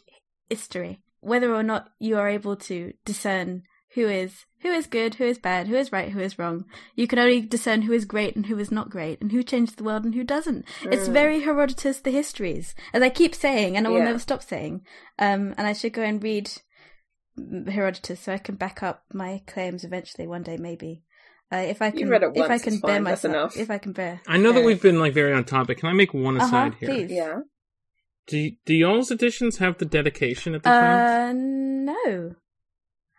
history. Whether or not you are able to discern who is who is good, who is bad, who is right, who is wrong, you can only discern who is great and who is not great, and who changed the world and who doesn't. It's very Herodotus the histories, as I keep saying, and I will Mm. Yeah. never stop saying. Um, and I should go and read Herodotus, so I can back up my claims eventually one day, maybe. Uh, if I can, read it if I once, can it's bear fine, that's myself, enough. if I can bear. I know that bear we've it. been like very on topic. Can I make one Uh-huh, aside here? please. Yeah. Do do y'all's editions have the dedication at the front? Uh, no.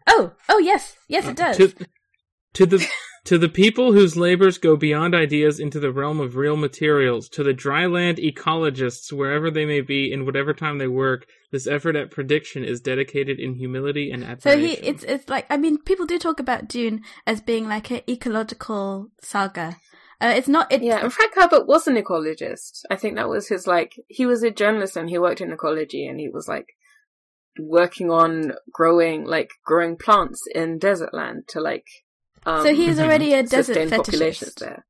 Oh, oh yes, yes it does. Uh, To, to the <laughs> to the people whose labors go beyond ideas into the realm of real materials, to the dryland ecologists wherever they may be in whatever time they work, this effort at prediction is dedicated in humility and So admiration. he, it's it's like I mean, people do talk about Dune as being like an ecological saga. Uh, it's not. It, Yeah, and Frank Herbert was an ecologist. I think that was his like he was a journalist and he worked in ecology and he was like working on growing like growing plants in desert land to like um so he's already a desert sustain populations fetishist. there.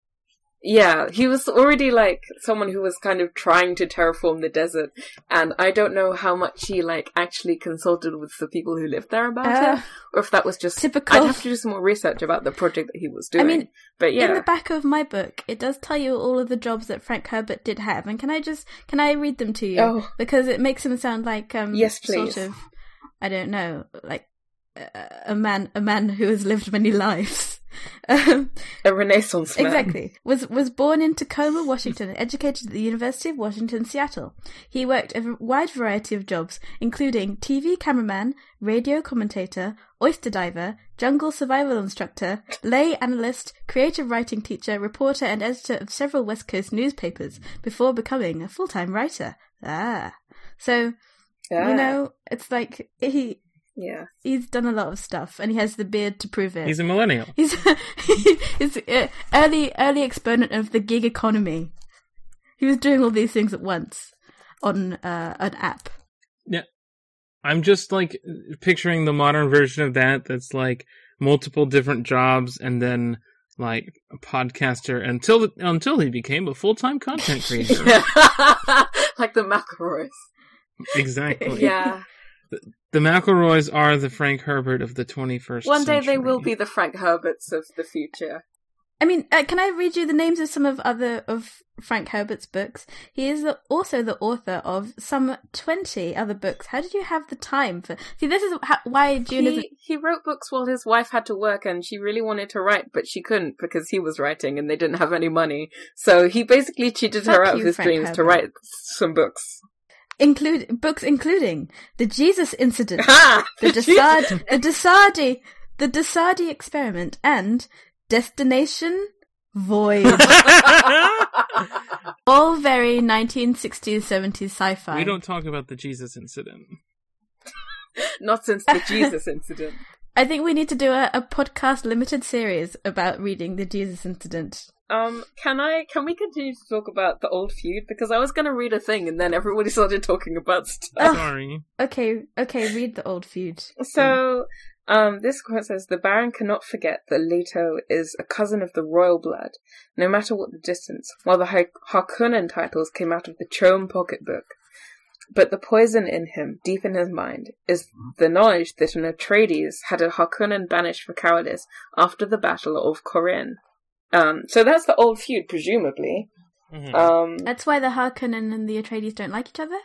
Yeah, he was already like someone who was kind of trying to terraform the desert and I don't know how much he like actually consulted with the people who lived there about Ah. it or if that was just Typical. I'd have to do some more research about the project that he was doing. I mean, but yeah. In the back of my book, it does tell you all of the jobs that Frank Herbert did have, and can I just can I read them to you? Oh. Because it makes him sound like um Yes, please. sort of I don't know, like uh, a man a man who has lived many lives. <laughs> Um, a renaissance man. Exactly. Was was born in Tacoma, Washington, and educated at the University of Washington, Seattle. He worked a v- wide variety of jobs, including TV cameraman, radio commentator, oyster diver, jungle survival instructor, lay analyst, creative writing teacher, reporter, and editor of several West Coast newspapers before becoming a full time writer. Ah, so Yeah. you know, it's like he Yeah. <laughs> he's done a lot of stuff, and he has the beard to prove it. He's a millennial. He's <laughs> he's uh, early early exponent of the gig economy. He was doing all these things at once on uh, an app. I'm just like picturing the modern version of that that's like multiple different jobs and then like a podcaster until until he became a full-time <laughs> content creator. like the McElroys. exactly. Yeah. The McElroys are the Frank Herbert of the 21st One day they century. will be the Frank Herberts of the future. I mean, uh, can I read you the names of some of other of Frank Herbert's books? He is the, also the author of some twenty other books. How did you have the time for? See, this is ha- why June is. He, he wrote books while his wife had to work and she really wanted to write, but she couldn't because he was writing and they didn't have any money. So he basically cheated her Fuck out of you, his Frank dreams to Herbert. write some books. include books including the <laughs> Jesus Incident, Ha! the Dasardi, the Dasardi, the Dasardi Experiment, and Destination Void. All very 1960s, 70s <laughs> sci-fi. We don't talk about the Jesus incident. Not since <laughs> the Jesus incident. I think we need to do a, a podcast limited series about reading the Jesus Incident. Um, can I, can we continue to talk about the old feud? Because I was gonna read a thing and then everybody started talking about stuff. Sorry. Okay, okay, read the old feud. So, um, this quote says the Baron cannot forget that Leto is a cousin of the royal blood, no matter what the distance. While the Har- Harkonnen titles came out of the Chome pocketbook, but the poison in him, deep in his mind, is the knowledge that an Atreides had a Harkonnen banished for cowardice after the Battle of Corinne. Um, so that's the old feud, presumably. Mhm. Um, That's why the Harkonnen and the Atreides don't like each other.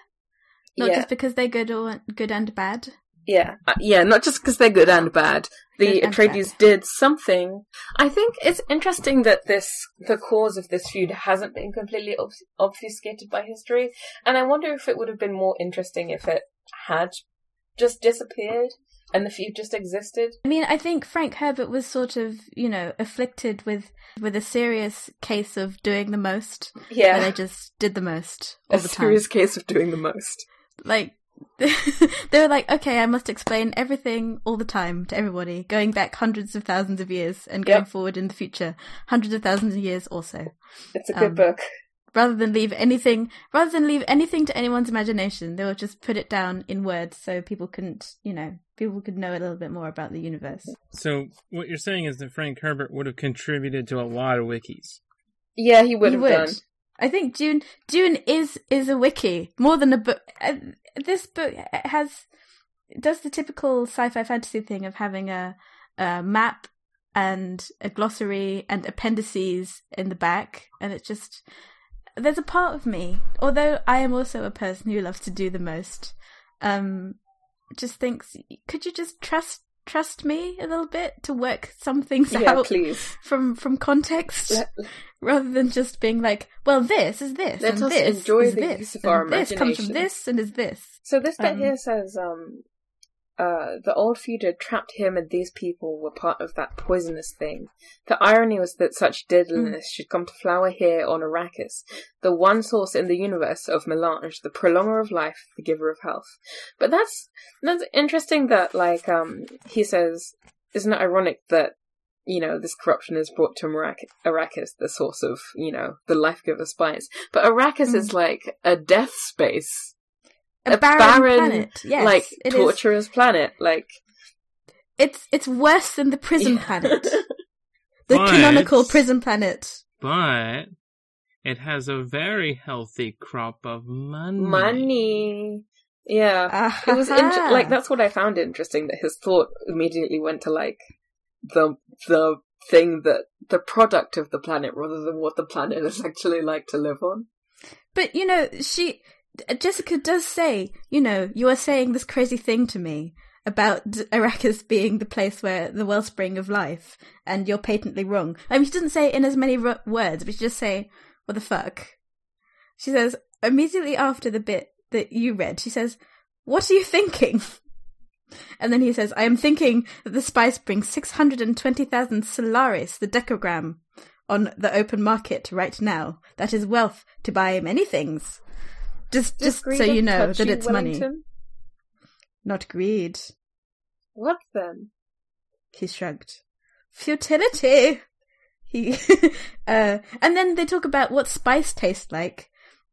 Not yeah. just because they're good or good and bad. Yeah, uh, yeah, not just because they're good and bad. The Good and Atreides bad. did something. I think it's interesting that this, the cause of this feud hasn't been completely obf- obfuscated by history, and I wonder if it would have been more interesting if it had just disappeared and the feud just existed. I mean, I think Frank Herbert was sort of, you know, afflicted with with a serious case of doing the most. Where Yeah, they just did the most all a the time. serious case of doing the most. like <laughs> they were like, okay, I must explain everything all the time to everybody, going back hundreds of thousands of years and going Yep. forward in the future, hundreds of thousands of years also. It's a Um, good book. rather than leave anything rather than leave anything to anyone's imagination they will just put it down in words so people couldn't you know people could know a little bit more about the universe So what you're saying is that Frank Herbert would have contributed to a lot of wikis. Yeah, he would You have done. I think Dune Dune is is a wiki more than a book. Uh, this book uh, has does the typical sci-fi fantasy thing of having a, a map and a glossary and appendices in the back, and it just there's a part of me, although I am also a person who loves to do the most, um, just thinks, could you just trust trust me a little bit to work some things Yeah, out please. from from context? Let, rather than just being like, well, this is this, Let and us this enjoy is the this, use of and our this comes from imagination. this, and is this. So this bit Um, here says, um, uh, the old feud had trapped him and these people were part of that poisonous thing. The irony was that such deadliness should come to flower here on Arrakis, the one source in the universe of melange, the prolonger of life, the giver of health. But that's, that's interesting that, like, um, he says, isn't it ironic that, you know, this corruption is brought to Arrak- Arrakis, the source of, you know, the life giver spice. But Arrakis Mm. is like a death space A, A barren, barren, planet, yes, like it is. torturous planet. Like It's it's worse than the prison Yeah. <laughs> planet, the But- canonical prison planet. But it has a very healthy crop of money. money. Ah, Yeah, it was Aha. inter- like that's what I found interesting. That his thought immediately went to like the the thing that the product of the planet rather than what the planet is actually like to live on. But you know, she Jessica does say, you know, you are saying this crazy thing to me about Arrakis being the place where the wellspring of life, and you're patently wrong. I mean, she doesn't say it in as many ro- words, but she just say, "What the fuck?" She says immediately after the bit that you read. She says, "What are you thinking?" <laughs> And then he says, "I am thinking that the spice brings six hundred and twenty thousand solaris, the decagram, on the open market right now. That is wealth to buy many things. Just, just so Greed you and know touchy that it's money, Wellington? not greed." What then? He shrugged. Futility. He, <laughs> uh, and then they talk about what spice tastes like.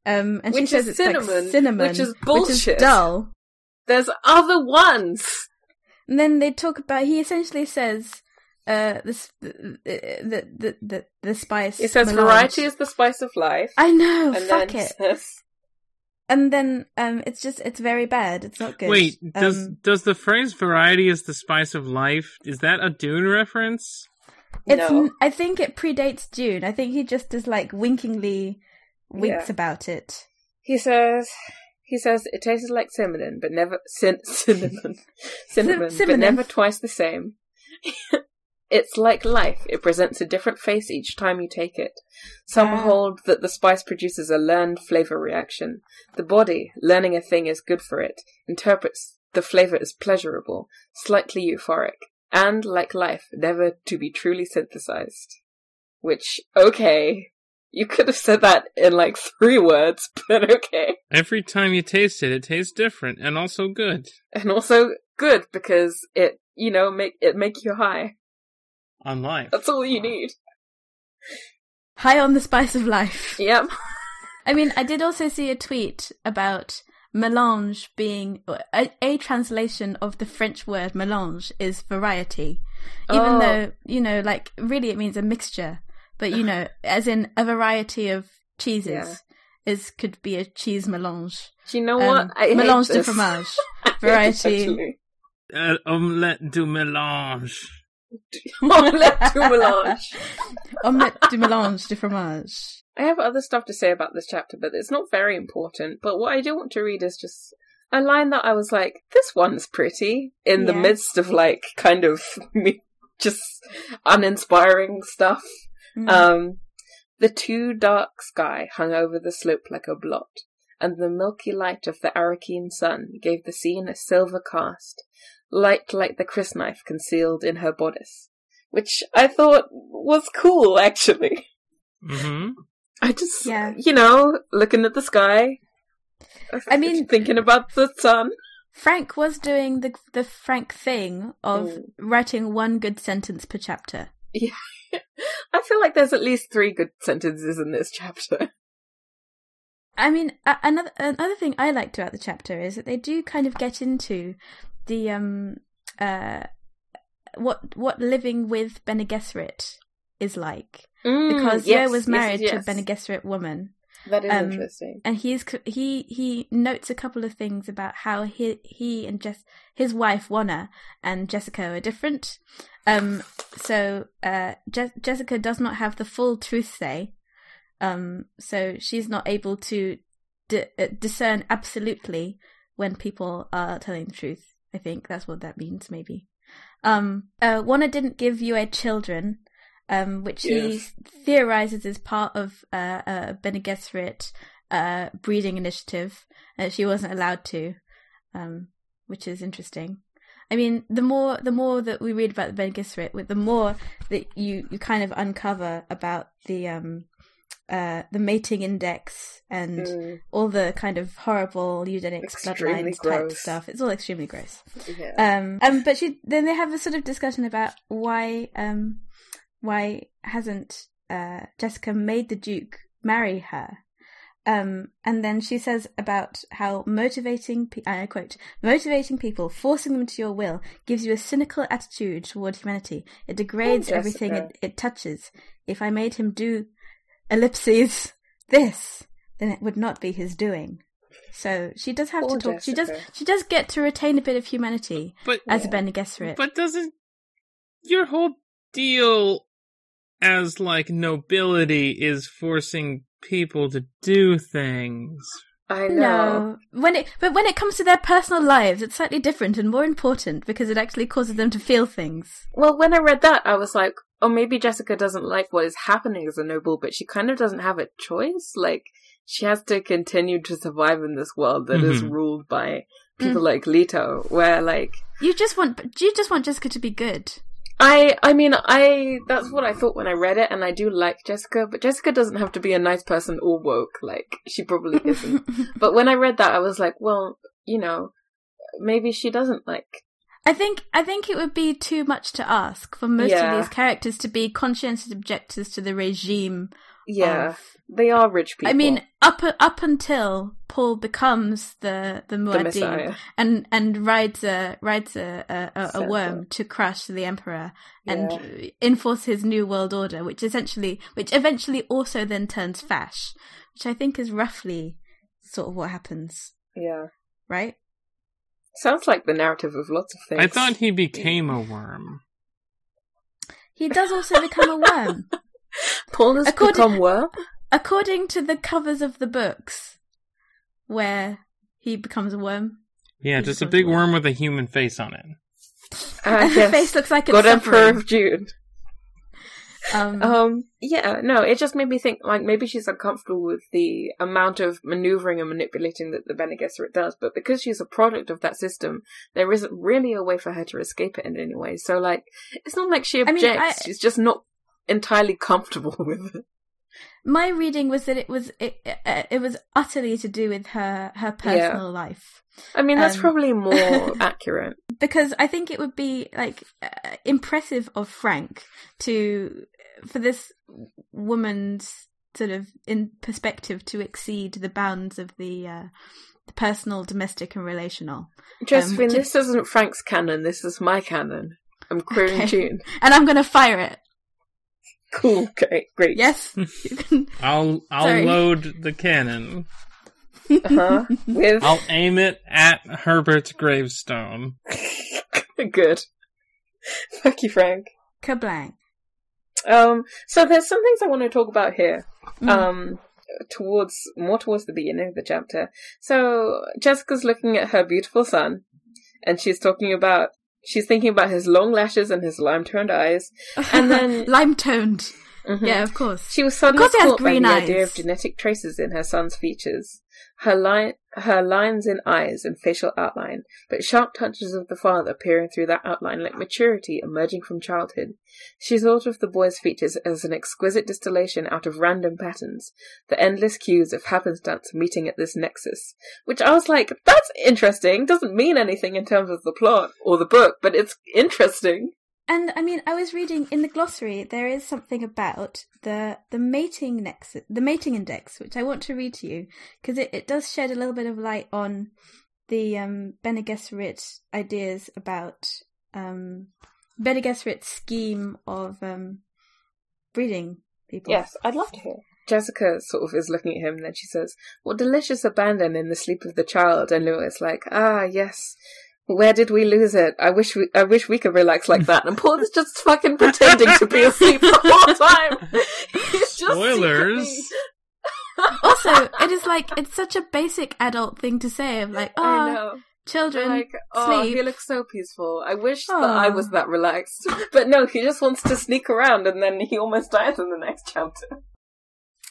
Um, and she Which says is it's like cinnamon, cinnamon, which is bullshit. dull. There's other ones. And then they talk about. He essentially says, uh, this the the the, the, the spice. It says melange. variety is the spice of life. I know. and fuck then it. says- And then um, it's just it's very bad. It's not good. Wait, does Um, does the phrase "variety is the spice of life" is that a Dune reference? It's. No. n I I think it predates June. I think he just is like winkingly winks Yeah. about it. He says, he says it tasted like cinnamon, but never <laughs> cin- cinnamon, cinnamon, but cinnamon. never twice the same. it's like life; it presents a different face each time you take it. Some Ah. hold that the spice produces a learned flavor reaction. The body, learning a thing is good for it, interprets the flavor as pleasurable, slightly euphoric, and like life, never to be truly synthesized. Which, okay. You could have said that in like three words, <laughs> but okay. Every time you taste it, it tastes different and also good. and also good because it you know make it make you high On life, that's all you need High on the spice of life. yep I mean, I did also see a tweet about melange being a, a translation of the French word melange is variety, even Oh. though you know, like really, it means a mixture. But <sighs> you know, as in a variety of cheeses Yeah. is could be a cheese melange, do you know um, what i hate melange de this. <laughs> fromage, I hate this, variety. actually. <laughs> uh, omelette du mélange. omelette to melange Omelette du mélange <laughs> de fromage. i have other stuff to say about this chapter but it's not very important but what i do want to read is just a line that i was like this one's pretty in the Yeah. midst of like kind of <laughs> me just uninspiring stuff Mm. Um, the too dark sky hung over the slope like a blot, and the milky light of the Arakeen sun gave the scene a silver cast, light like the Chris knife concealed in her bodice, which I thought was cool, actually. <laughs> hmm I just, Yeah. you know, looking at the sky. I mean- thinking about the sun. Frank was doing the the Frank thing of Mm. writing one good sentence per chapter. I feel like there's at least three good sentences in this <laughs> chapter. I mean, a- another another thing I liked about the chapter is that they do kind of get into the um uh what what living with Bene Gesserit is like Mm, because yes, Yer was yes, married yes. to a Bene Gesserit woman, That is um, interesting. and he's c- he he notes a couple of things about how he he and Jess his wife Wanna and Jessica are different. Um, so uh, Je- Jessica does not have the full truth say, um, so she's not able to d- uh, discern absolutely when people are telling the truth. I think that's what that means, maybe. Um, uh, Wanna didn't give Yue children, um, which Yes. he theorizes is part of uh, uh, Bene Gesserit uh, breeding initiative. Uh, she wasn't allowed to, um, which is interesting. I mean, the more the more that we read about the Bene Gesserit, with the more that you, you kind of uncover about the um, uh, the mating index and Mm, all the kind of horrible eugenics Extremely bloodlines type gross. stuff. It's all extremely gross. yeah. Um, um, but she then they have a sort of discussion about why um, why hasn't uh, Jessica made the Duke marry her? Um, and then she says about how motivating, pe- I quote, motivating people, forcing them to your will, gives you a cynical attitude toward humanity. It degrades Oh, everything Jessica. it, it touches. If I made him do ellipses this, then it would not be his doing. So she does have Poor to talk. She does. Jessica. She does get to retain a bit of humanity But as a Bene Gesserit. but doesn't your whole deal as like nobility is forcing people to do things? I know. no, when it but when it comes to their personal lives, it's slightly different and more important because it actually causes them to feel things. Well, when I read that, I was like, oh, maybe Jessica doesn't like what is happening as a noble, but she kind of doesn't have a choice. Like, she has to continue to survive in this world that is Mhm. ruled by Mm. people like Leto, where, like, You just want. You just want Jessica to be good. I, I mean, I, that's what I thought when I read it, and I do like Jessica, but Jessica doesn't have to be a nice person or woke. Like, she <laughs> probably isn't. but when I read that, I was like, well, you know, maybe she doesn't like I think I think it would be too much to ask for most Yeah. of these characters to be conscientious objectors to the regime. Yeah, of- they are rich people. Oh. I mean, up up until Paul becomes the the the Muad'Dib Messiah. and and rides a rides a a, a, a Santa. worm to crush the emperor and Yeah. enforce his new world order, which essentially which eventually also then turns fash, which I think is roughly sort of what happens, Yeah, right? sounds like the narrative of lots of things. I thought he became a worm. He does also become a <laughs> worm, Paul has According- become <laughs> worm. according to the covers of the books, where he becomes a worm. Yeah, He just a becomes a big worm with a human face on it. Uh, His yes. face looks like it's God Emperor suffering. of June. Um, Um, yeah, no, it just made me think like maybe she's uncomfortable with the amount of maneuvering and manipulating that the Bene Gesserit does, but because she's a product of that system, there isn't really a way for her to escape it in any way. So like, it's not like she mean, objects; I- she's just not entirely comfortable <laughs> with it. my reading was that it was it, uh, it was utterly to do with her her personal life I mean, that's Um, probably <laughs> more accurate. because I think it would be like uh, impressive of Frank to for this woman's sort of in perspective to exceed the bounds of the uh, the personal, domestic, and relational. Josephine, which is- this isn't Frank's canon. This is my canon. I'm queering Okay. June. And I'm going to fire it. Cool. Okay. Great. <laughs> Yes, you can. <laughs> I'll I'll Sorry. load the cannon. Uh-huh. With I'll aim it at Herbert's <laughs> gravestone. good. Fuck you, Frank. Kablang. Um. So there's some things I want to talk about here. Mm. Um. Towards more towards the beginning of the chapter. So Jessica's looking at her beautiful son, and she's talking about. She's thinking about his long lashes and his lime-turned eyes, and <laughs> then lime toned. Mhm. Yeah, of course. She was suddenly Of course he has caught by green the eyes. idea of genetic traces in her son's features. Her line, her lines in eyes and facial outline, but sharp touches of the father peering through that outline like maturity emerging from childhood. She thought of the boy's features as an exquisite distillation out of random patterns, the endless cues of happenstance meeting at this nexus. Which I was like, that's interesting. Doesn't mean anything in terms of the plot or the book, but it's interesting. And I mean, I was reading in the glossary there is something about the the mating nexus, the mating index, which I want to read to you because it, it does shed a little bit of light on the um, Bene Gesserit ideas about um, Bene Gesserit's scheme of um, breeding people. Yes, I'd love to hear. Jessica sort of is looking at him, and then she says, "What delicious abandon in the sleep of the child!" And Lewis like, "Ah, yes." Where did we lose it? I wish we, I wish we could relax like that. And <laughs> Paul is just fucking pretending to be asleep the whole <laughs> time. He's just Spoilers. secretly- <laughs> Also, it is like it's such a basic adult thing to say of like, I oh, know. children, like, oh, sleep. he looks so peaceful. I wish that I Aw. was that relaxed. <laughs> But no, he just wants to sneak around and then he almost dies in the next chapter.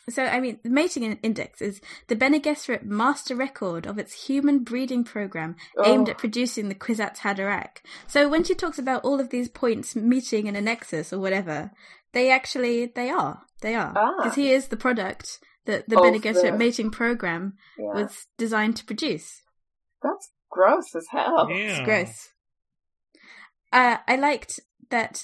So, I mean, the mating in- index is the Bene Gesserit master record of its human breeding program aimed Oh. at producing the Kwisatz Haderach. So, when she talks about all of these points meeting in a nexus or whatever, they actually they are they are Ah. because he is the product that the Of Bene Gesserit the- Ah. mating program Yeah. was designed to produce. That's gross as hell. yeah. Oh, It's gross. Uh, I liked that.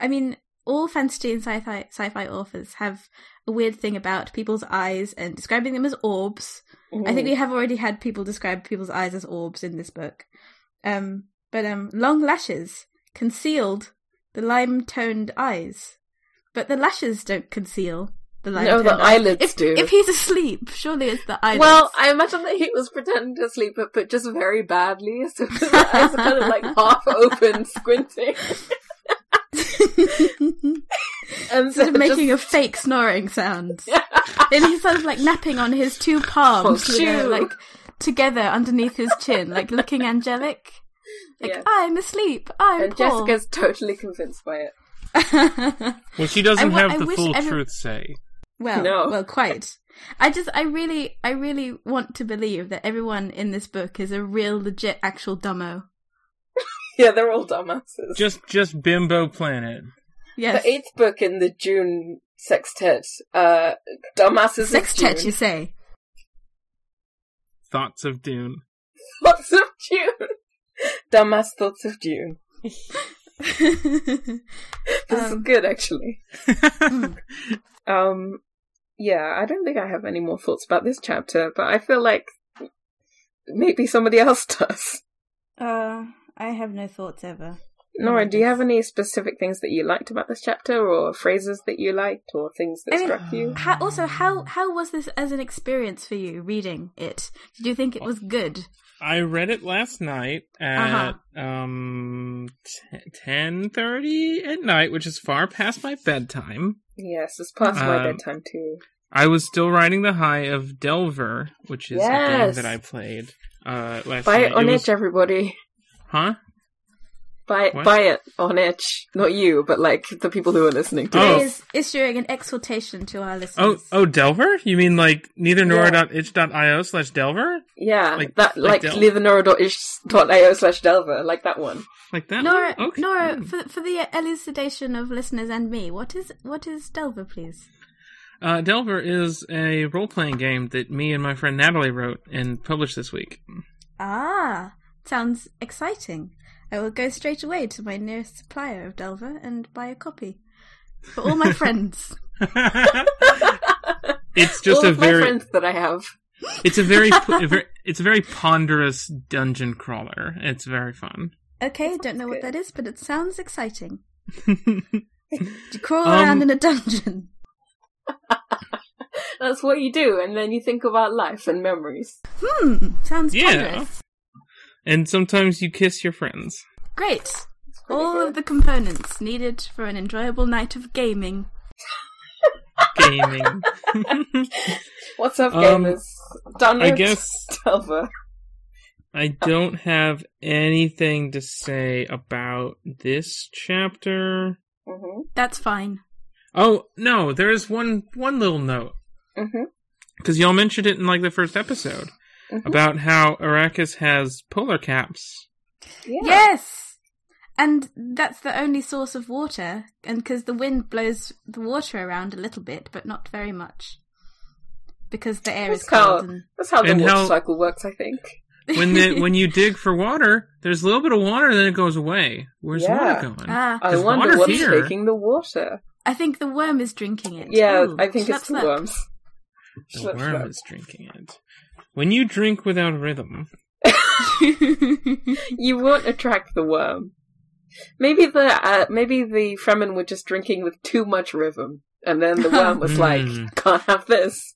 I mean, all fantasy and sci-fi sci-fi authors have a weird thing about people's eyes and describing them as orbs. Mm-hmm. I think we have already had people describe people's eyes as orbs in this book. Um, but um, long lashes concealed the lime-toned eyes, but the lashes don't conceal the No, lime-toned. the eyes. eyelids if, do. If he's asleep, surely it's the eyelids. Well, I imagine that he was pretending to sleep, but, but just very badly. <laughs> So his eyes are kind of like half <laughs> open, squinting. And sort so of making just- a fake <laughs> snoring sound. and he's sort of like napping on his two palms, Oh, you know, shoo. like together underneath his chin, like looking angelic. Like Yeah. I'm asleep. I'm And Paul. Jessica's totally convinced by it. Well, she doesn't I wa- have I the wish full every- truth say. <laughs> well, No. well, quite. I just, I really, I really want to believe that everyone in this book is a real, legit, actual dumbo. Yeah, they're all dumbasses. Just, just Bimbo Planet. Yes, the eighth book in the June sextet, uh, dumbasses. of sextet, June. <laughs> you say. Thoughts of Dune. Thoughts of June. Dumbass Thoughts of June. <laughs> This is Um, good, <laughs> actually. Um, yeah, I don't think I have any more thoughts about this chapter, but I feel like maybe somebody <laughs> else does. uh, I have no thoughts ever. Nora, Mm. do you have any specific things that you liked about this chapter, or phrases that you liked, or things that I mean- uh, struck you? How, also, how how was this as an experience for you reading it? Did you think it was good? I read it last night at Uh-huh. um ten thirty at night, which is far past my bedtime. Yes, it's past my Um, bedtime too. I was still riding the high of Delver, which is a game Yes. that I played uh, last Buy night. it on was- itch, everybody. huh? Buy it, What? buy it on itch. Not you, but like the people who are listening to Oh. it. It is issuing an exhortation to our Oh, listeners. oh, Delver? You mean like neither nora.itch.io slash Delver? Yeah, Like- that like like, Del- leathenora.ish.io slash delver, like that one. Like that? one? Nora, Oh, Okay. Mm. Nora, for for the elucidation of listeners and me, what is what is Delver, please? Uh, Delver is a role playing game that me and my friend Natalie wrote and published this <laughs> week. Ah, sounds exciting. I will go straight away to my nearest supplier of Delver and buy a copy for <laughs> all my friends. it's just All a of my very friends that I have. it's a <laughs> very, a very it's a very ponderous dungeon crawler. It's very fun. Okay, don't know what good. that is, but it <laughs> sounds exciting. You crawl Um, around in a dungeon. That's what you do, and then you think about life and memories. Hmm, sounds Yeah. ponderous. and sometimes you kiss your friends. Great. pretty All of good. the components needed for an enjoyable night of gaming. <laughs> Gaming. What's up, Um, gamers? Download I guess- Delver. I don't have anything to say about this chapter. hmm That's fine. Oh no, there is one one little note. hmm because y'all mentioned it in like the first episode Mhm. about how Arrakis has polar caps. Yeah. Yes. And that's the only source of water, and because the wind blows the water around a little bit, but not very much, because the air That's is cold. how, And that's how the And water how- cycle works, I think. When <laughs> the when you dig for water, there's a little bit of water, then it goes away. Where's Yeah. water going? Ah, I There's wonder water what's here. taking the water. <laughs> I think the worm is drinking it. Yeah, Ooh, I think it's the slap, slap. worms. the Slip, worm slap. is drinking it. When you drink without rhythm, <laughs> You won't attract the worm. Maybe the uh, maybe the Fremen were just drinking with too much rhythm, and then the <laughs> worm was like, Mm. "Can't have this."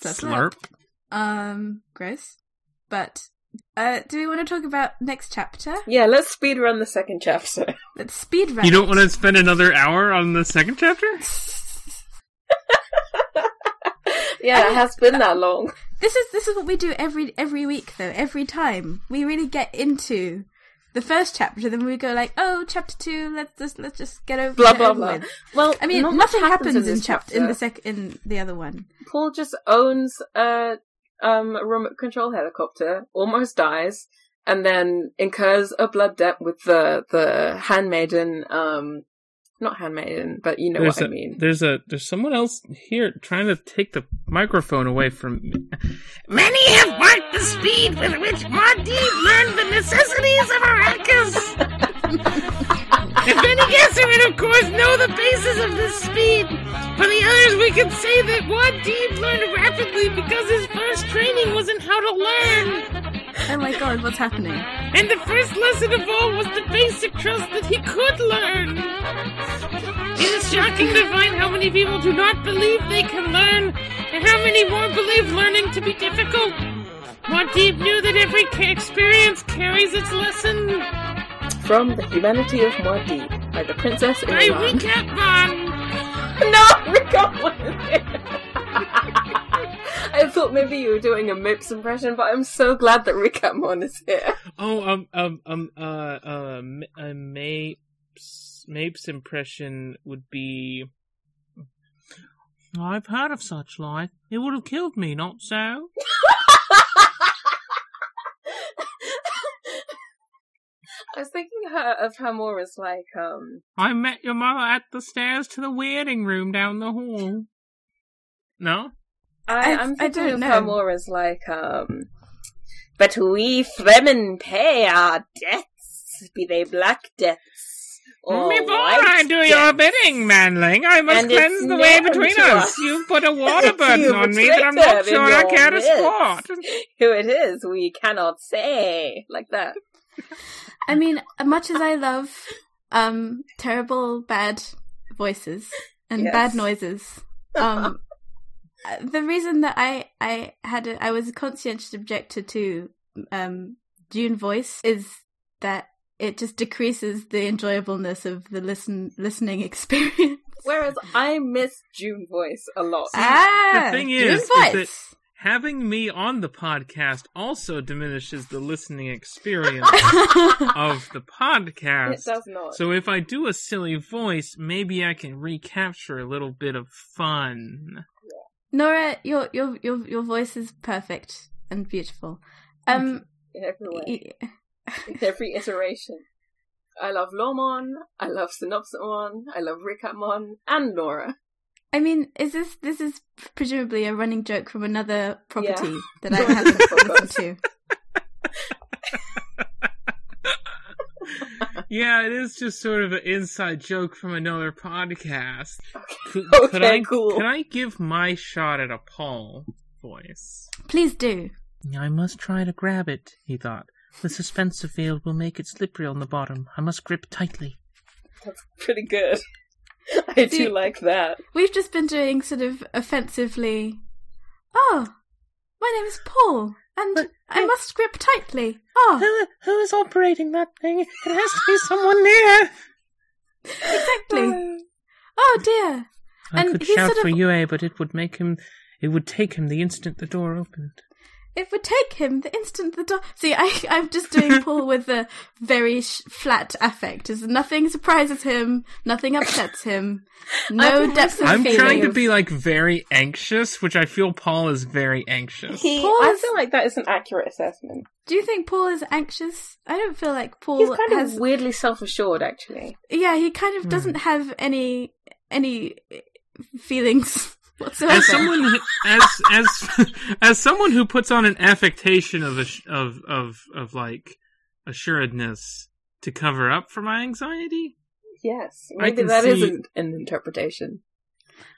Slap, slap. slurp. Um, gross. But uh, do we want to talk about next chapter? Yeah, let's speed run the second chapter. <laughs> Let's speed run. You don't want to spend another hour on the second chapter? yeah, it has been that long. This is this is what we do every every week though. Every time we really get into the first chapter, then we go like, oh, chapter two. Let's just let's just <laughs> get over. Blah get blah over blah. with. Well, I mean, not much nothing happens, in this chapter in the sec in the other one. Paul just owns a um a remote control helicopter, almost dies, and then incurs a blood debt with the the handmaiden. Um, not handmaiden, but you know there's what I a- mean. There's a there's someone else here trying to take the microphone away from me. Many have marked the speed with which Mardiv learned the necessities of Arrakis. if any guesser would of course know the basis of this speed. For the others we could say that Mardiv learned rapidly because his first training was in how to learn. Oh my god, what's happening? And the first lesson of all was the basic trust that he could learn. It is shocking to find how many people do not believe they can learn, and how many more believe learning to be difficult. Monteep knew that every ca- experience carries its lesson. From the humanity of Muad'Dib by the princess By Iran. recap, Von. No, Rico wasn't it. <laughs> I thought maybe you were doing a Mips impression, but I'm so glad that Rickamon is here. Oh, um, um, um, uh, uh, a Mapes, Mapes impression would be. I've heard of such life. It would have killed me, not so. I was thinking her of her more as like um I met your mother at the stairs to the wedding room down the hall. No? I, I- I'm I thinking don't of know. her more as like, um, but we Fremen pay our debts, be they black debts or Before white I do your debts. bidding, manling, I must Oh, And it's cleanse the way not between to us. us. You put a <laughs> water burden <laughs> You on me that I'm betrayed not them in sure I your care to midst. squat. <laughs> Who it is, we cannot say, like that. I mean, much as I love um terrible bad voices and Yes. bad noises, <laughs> um uh, the reason that I I had a, I was a conscientious objector to um June voice is that it just decreases the enjoyableness of the listen listening <laughs> experience. Whereas I miss June voice a lot. ah, thing June is- is voice. <laughs> that- Having me on the podcast also diminishes the listening <laughs> experience of the podcast. it does not. So if I do a silly voice, maybe I can recapture a little bit of fun. Nora, your your your your voice is perfect and beautiful. Um, in every way, y- in every iteration. I love Lormon, I love Synopsimon, I love Rickamon, and Nora. I mean, is this this is presumably a running joke from another property that <laughs> I Well, have it's a listened podcast. to? Yeah, it is just sort of an inside joke from another podcast. Could, <laughs> Okay, could I, cool. Could I give my shot at a Paul voice? Please do. I must try to grab it, he thought. The suspensive veil will make it slippery on the bottom. I must grip tightly. That's <laughs> pretty good. I See- do like that. We've just been doing sort of offensively. Oh, my name is Paul, and I must grip tightly. <laughs> Oh, Who, who is operating that thing? It has to be someone near. exactly. Oh dear. I And could he's shout sort for of- Yue, but it would make him. It would take him the instant the door opened. It would take him the instant the dog. See, I, I'm <laughs> just doing Paul with the very sh- flat affect. Is nothing surprises him, nothing upsets him, no I'm- depth of I'm feeling. trying to be like very anxious, which I feel Paul is very <laughs> anxious. He, Paul I is- feel like that is an accurate assessment. Do you think Paul is anxious? I don't feel like Paul He's kind has. of weirdly self-assured, actually. Hmm. yeah, he kind of doesn't have any any feelings <laughs> whatsoever. as someone who- as <laughs> as as someone who puts on an affectation of ass- of of of like assuredness to cover up for my anxiety. Yes, I maybe can that is see- an, an interpretation.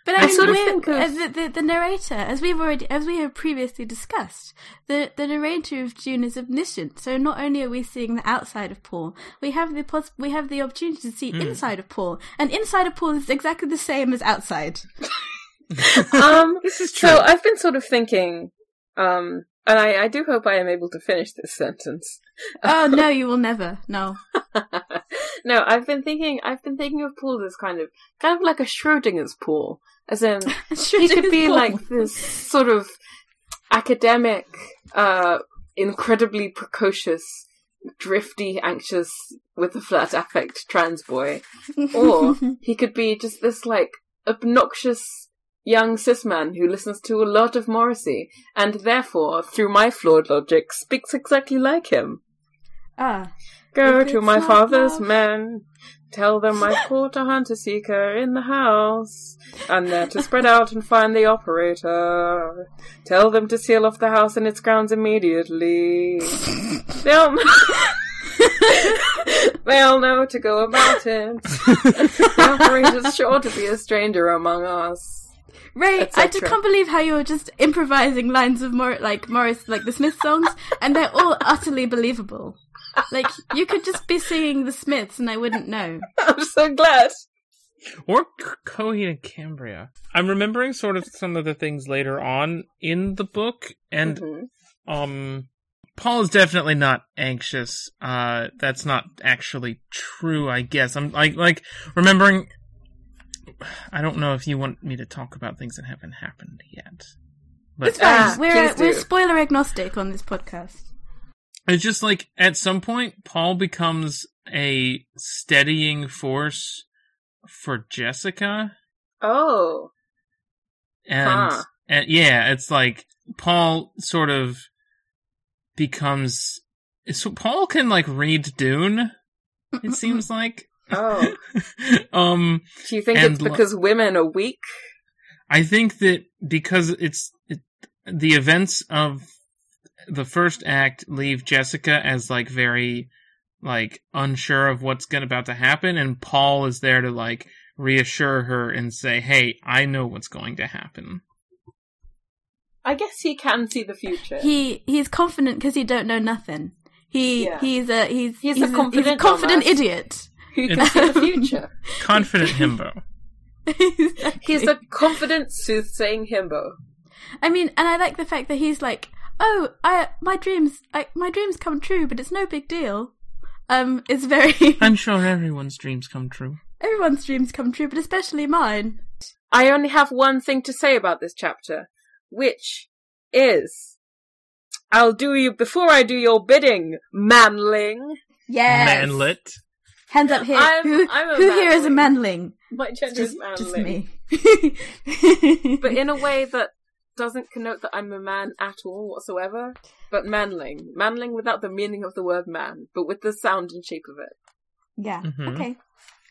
But I I mean, sort of we're- think of- as the, the, the narrator, as we've already, as we have previously discussed, the, the narrator of June is omniscient. So not only are we seeing the outside of Paul, we have the pos- we have the opportunity to Hmm. see inside of Paul, and inside of Paul is exactly the same as <laughs> outside. Um, This is so I've been sort of thinking, um, and I, I do hope I am able to finish this <laughs> sentence. oh no, you will never. No, <laughs> no, I've been thinking. I've been thinking of Paul as kind of, kind of like a Schrodinger's Paul, as in he could be like this sort of academic, uh, incredibly precocious, drifty, anxious, with a flat affect trans boy, or he could be just this like obnoxious young cis man who listens to a lot of Morrissey and therefore, through my flawed logic, speaks exactly like him. ah, Go If to it's my not father's love- men. Tell them <laughs> I caught a hunter seeker in the house, and they're to spread out and find the operator. Tell them to seal off the house and its grounds immediately. <laughs> they, all they all know to go about it. the operator's sure to be a stranger among us. Ray, Et I just cetera. can't believe how you're just improvising lines of Mor- like Morris, like the Smiths songs, and they're all utterly believable. Like you could just be singing the Smiths, and I wouldn't know. I'm so glad. or C- Coheed and Cambria. I'm remembering sort of some of the things later on in the book, and Mhm. um, Paul is definitely not anxious. Uh, that's not actually true, I guess. I'm like like remembering. I don't know if you want me to talk about things that haven't happened yet, but It's fine. Ah, we're please we're do. spoiler agnostic on this podcast. It's just like at some point, Paul becomes a steadying force for Jessica, Oh, and, Huh. and yeah, it's like Paul sort of becomes. So Paul can like read Dune. It seems like. oh. um, Do you think And it's lo- because women are weak? I think that because it's it, the events of the first act leave Jessica as like very like unsure of what's going about to happen and Paul is there to like reassure her and say, "Hey, I know what's going to happen." I guess he can see the future. He he's confident because he don't know nothing. He Yeah. he's a he's He's a confident confident dumbass. idiot. who can see <laughs> the future. Confident himbo. He's a confident soothsaying himbo. <laughs> I mean, and I like the fact that he's like, oh, I my dreams, I, my dreams come true, but it's no big deal. Um, it's very I'm sure everyone's dreams come true. everyone's dreams come true, but especially mine. I only have one thing to say about this chapter, which is I'll do you before I do your bidding, manling. Yes. Manlet. Hands up here. I'm- who I'm a who here is a manling? My gender Just, is manling. just <laughs> me. But in a way that doesn't connote that I'm a man at all whatsoever, but manling. Manling without the meaning of the word man, but with the sound and shape of it. yeah. Mhm. Okay.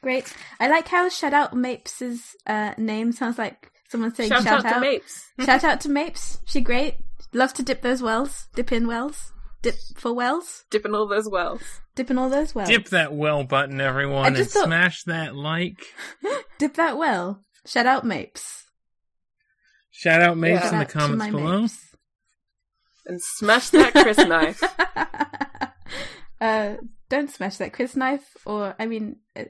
Great. I like how shout out Mapes's uh, name sounds like someone saying Shout, shout, out, to Mapes. Shout out to Mapes. She great. Love to dip those wells. Dip in wells. Dip for wells. Dipping all those wells. Dip in all those wells. Dip that well button everyone Oh. I and just thought- smash that like. Dip that well. Shout out Mapes. Shout out Mapes Yeah. Shout in the out to comments my below. Mapes. And smash that Chris <laughs> knife. Uh, don't smash that Chris knife. Or I mean, uh,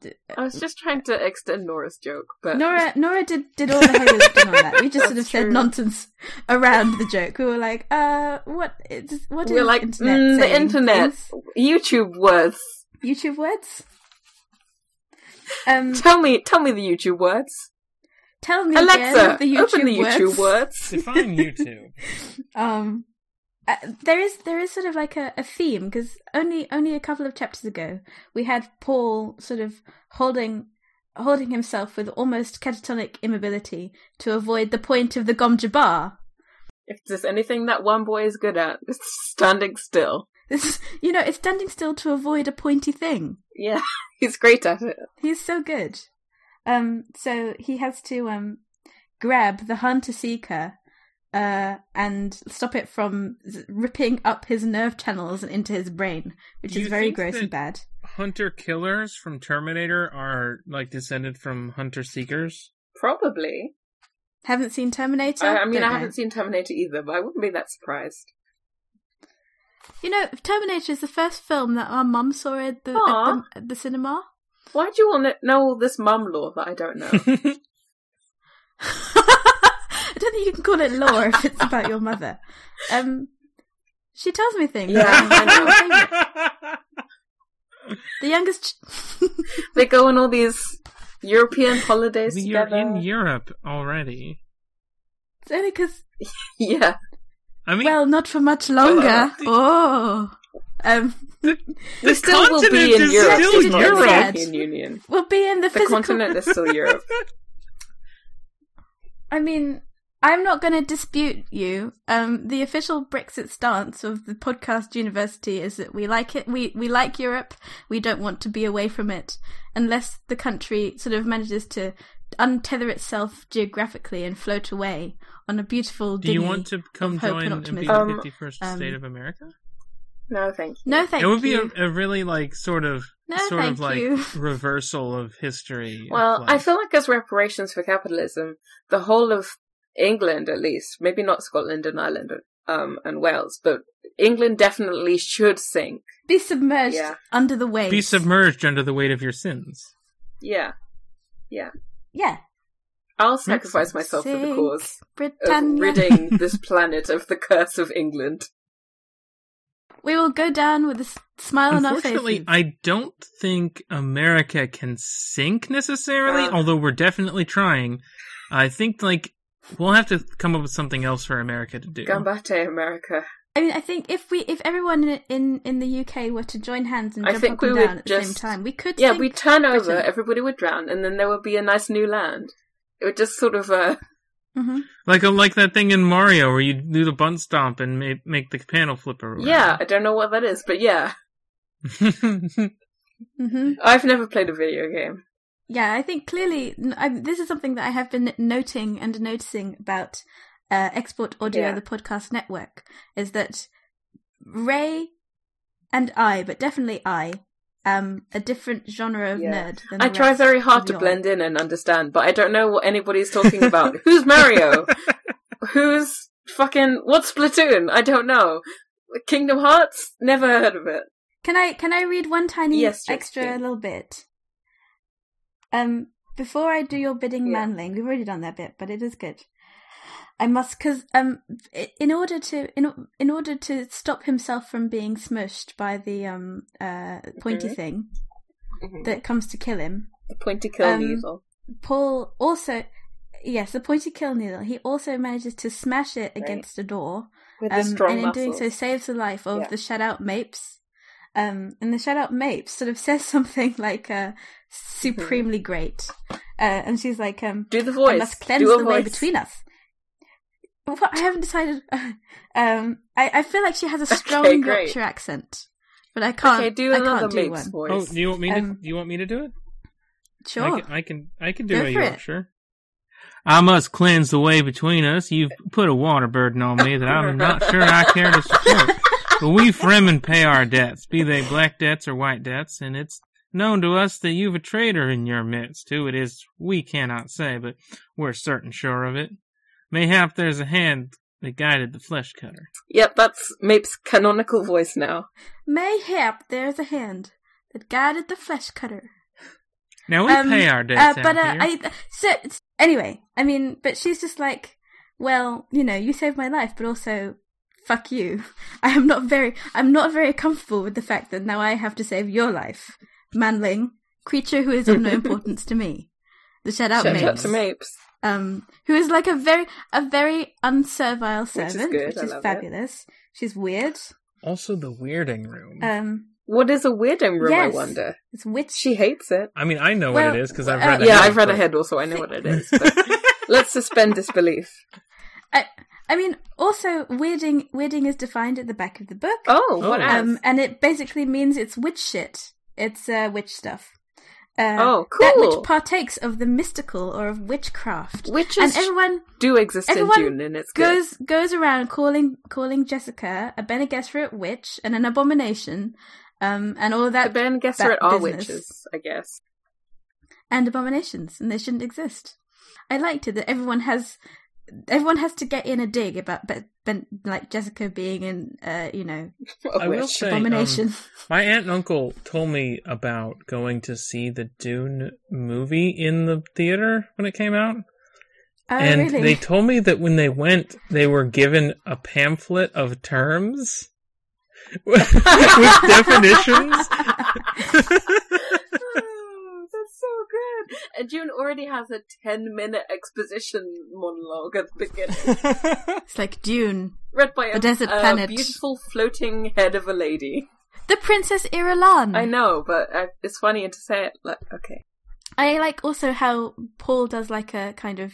d- I was just trying to extend Nora's joke, but Nora. Nora did did all the heavy lifting on that. We just sort of That's said true. nonsense around the joke. We were like, uh, what? It's, what we're is like internet "Mm, the saying? internet, Things? YouTube words. YouTube words. Um, Tell me, tell me the YouTube words. tell me Alexa, again the YouTube open the YouTube words. words. Define YouTube. Um, uh, there is there is sort of like a, a theme because only only a couple of chapters ago we had Paul sort of holding holding himself with almost catatonic immobility to avoid the point of the Gomja bar. If there's anything that one boy is good at, it's standing still. This is, <laughs> you know, it's standing still to avoid a pointy thing. <laughs> Yeah, he's great at it. He's so good. Um, so he has to um, grab the hunter seeker uh, and stop it from z- ripping up his nerve channels and into his brain, which Do is you very think gross that- and bad. <laughs> Hunter killers from Terminator are like descended from hunter seekers. Probably. Haven't seen Terminator. I, I mean, Don't I know. haven't seen Terminator either, but I wouldn't be that surprised. You know, Terminator is the first film that our mum saw at the, at Aw. the, at the cinema. Why do you want to know all this mum lore that I don't know? <laughs> I don't think you can call it lore <laughs> if it's about your mother. Um, she tells me things. Yeah, I'm like, I know. "Oh, thank you." the youngest. Ch- they go on all these European holidays we are together. in Europe already. it's only because <laughs> yeah. I mean, well, not for much longer. Oh, um, We still will continent be in is Europe. still it's not the Europe. European Union. we'll be in the, The physical. continent is <laughs> still Europe. I mean, I'm not going to dispute you. Um, the official Brexit stance of the podcast university is that we like it. We we like Europe. We don't want to be away from it, unless the country sort of manages to untether itself geographically and float away on a beautiful. do you dinghy. want to come of hope join and and be the optimism. Um, 51st um, state of America? No, thank you. No, thank it would be you. a, a really like sort of No, sort of thank like you. reversal of history. of, Well, I like- feel like as reparations for capitalism, the whole of England, at least, maybe not Scotland and Ireland um, and Wales, but England definitely should sink. be submerged Yeah. under the waves. be submerged under the weight of your sins. Yeah. Yeah. I'll sacrifice myself for the Sink, cause of Britannia. <laughs> ridding this planet of the curse of England. We will go down with a s- smile on our Unfortunately, faces. I don't think America can sink necessarily, Uh. although we're definitely trying. I think like we'll have to come up with something else for America to do. Gambate, America. I mean, I think if we, if everyone in in, in the UK were to join hands and I jump think up we and would down at the same just- time, we could. Yeah, sink we'd turn over, Britain. everybody would drown, and then there would be a nice new land. It would just sort of, uh, Mhm. Like like that thing in Mario where you do the bunt stomp and ma- make the panel flip around. yeah, I don't know what that is, but yeah. Mhm. I've never played a video game. Yeah, I think clearly n I this is something that I have been noting and noticing about uh, Export Audio, Yeah. the podcast network, is that Ray and I, but definitely I, um, a different genre of Yeah. nerd. Than I the try rest very of hard to y'all. blend in and understand, but I don't know what anybody's talking about. Who's Mario? Who's fucking what's Splatoon? I don't know. Kingdom Hearts? Never heard of it. Can I can I read one tiny Yes, yes, extra please. little bit? Um, before I do your bidding, Yeah. manling, we've already done that bit, but it is good. I must because um, i- in order to in o- in order to stop himself from being smushed by the um uh pointy Mm-hmm. thing that comes to kill him, The pointy kill Um, needle. Paul also yes the pointy kill needle. He also manages to smash it Right. against a door, With um, the strong and in muscles. doing so saves the life of Yeah. the shout out mapes um, and the shout out mapes sort of <laughs> says something like uh, Mm-hmm. supremely great uh, and she's like um, Do the i voice. must cleanse Do a the way voice. between us Well, i haven't decided <laughs> um, I, I feel like she <laughs> has a strong great. yorkshire accent but i can't Okay, do I another can't do mate's one <laughs> voice. Oh, do you want me to? Um, do you want me to do it? sure I can. I can, I can do Go a for it. Yorkshire. I must cleanse the way between us. You've put a water burden on me that I'm not sure I care to support. But we fremen pay our debts, be they black debts or white debts, and it's known to us that you've a traitor in your midst. Who it is, we cannot say, but we're certain sure of it. Mayhap there's a hand that guided the flesh cutter. Yep, that's Mape's canonical voice now. mayhap there's a hand that guided the flesh cutter Now we Um, pay our debts Uh, out but uh, here. I so it's- anyway, I mean, but she's just like, well, you know, you saved my life, but also fuck you. <laughs> I am not very, I'm not very comfortable with the fact that now I have to save your life, manling creature who is <laughs> of no importance to me. The shout out Shout Mapes. out mate, to Mapes. um, who is like a very, a very unservile Which is servant, good, I love it. fabulous. She's weird. also, the weirding room. Um, What is a weirding room, I Yes. wonder? it's witchy. Mm. She hates it. I mean, I know well, what it is because I've uh, read. I yeah, ahead, I've read but- ahead also, I <laughs> know what it is. But let's suspend disbelief. I, I mean, also weirding, weirding is defined at the back of the book. Oh, what Oh. else? Um, and it basically means it's witch shit. It's uh, witch stuff. Uh, Oh, That cool. which partakes of the mystical or of witchcraft. Witches and everyone do exist in everyone June, and it's good. goes goes around calling calling Jessica a Bene Gesserit witch and an abomination, um, and all of The that Ben Gesserit that are business. witches, I guess. and abominations, and they shouldn't exist. I liked it that everyone has everyone has to get in a dig about Ben, ben like Jessica being in uh, you know A I will witch. say- um, abomination. <laughs> My aunt and uncle told me about going to see the Dune movie in the theater when it came out. oh and really? they told me that when they went, they were given a pamphlet of terms <laughs> <laughs> with with definitions. <laughs> Oh, that's so good. And June already has a 10 minute exposition monologue at the beginning, <laughs> <laughs> it's like Dune, read by a, A desert a planet. beautiful floating head of a lady. the Princess Irulan. I know, but I, it's funnier to say it like, okay. I like also how Paul does like a kind of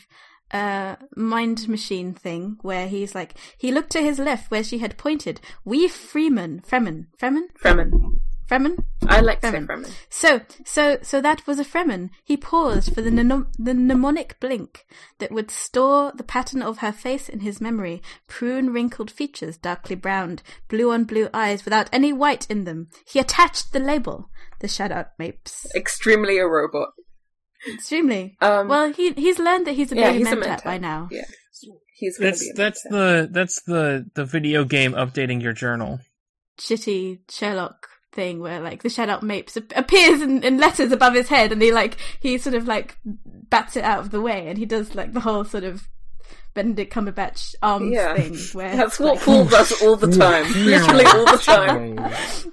uh mind machine thing where he's like he looked to his left where she had pointed. We Freeman, Fremen, Fremen, Fremen. Fremen. I like to say Fremen. Fremen. So, so, so that was a Fremen. He paused for the, mnem- the mnemonic blink that would store the pattern of her face in his memory. Prune wrinkled features, darkly browned, blue on blue eyes without any white in them. He attached the label. The shout out mapes. Extremely a robot. Extremely. Um, well, he he's learned that he's a baby a mentat, mentat. by now. Yeah. He's gonna be that's a that's mentat. the that's the the video game updating your journal. Shitty Sherlock thing where like the shout out mapes ap- appears in, in letters above his head, and he like he sort of like bats it out of the way, and he does like the whole sort of Benedict Cumberbatch arms Yeah. thing <laughs> where That's what like- Paul does all Hmm. the time. Literally all <laughs> the time.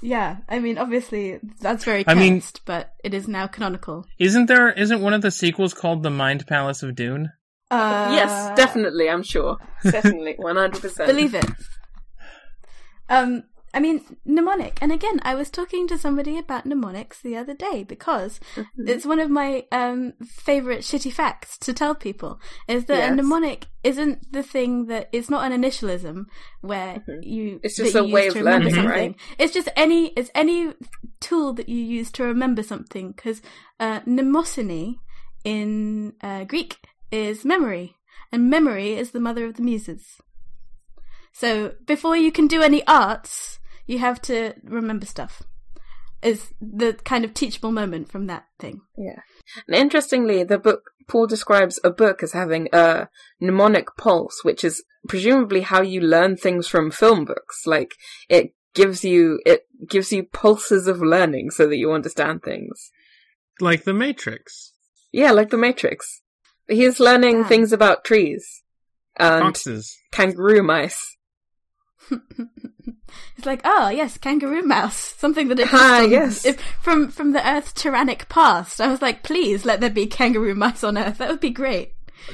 Yeah, I mean, obviously that's very I cursed, mean- but it is now canonical. <laughs> Isn't there isn't one of the sequels called The Mind Palace of Dune? Uh, yes, definitely, I'm sure. <laughs> Definitely, 100%. Believe it. Um, I mean, mnemonic. And again, I was talking to somebody about mnemonics the other day because it's one of my um, favorite shitty facts to tell people is that Yes. a mnemonic isn't the thing that it's not an initialism where you Mm-hmm. It's just that a you way use to of remember learning, something. right? It's just any it's any tool that you use to remember something because uh, mnemosiny in uh, Greek is memory, and memory is the mother of the muses. So before you can do any arts, you have to remember stuff. Is the kind of teachable moment from that thing? Yeah. And interestingly, the book Paul describes a book as having a mnemonic pulse, which is presumably how you learn things from film books. Like it gives you it gives you pulses of learning so that you understand things. Like The Matrix. Yeah, like the Matrix. He's learning Yeah. things about trees and Foxes. kangaroo mice. It's like, oh yes, kangaroo mouse, something that exists Ah, on- yes. if- from from the Earth's tyrannic past. I was like, please let there be kangaroo mice on Earth. That would be great.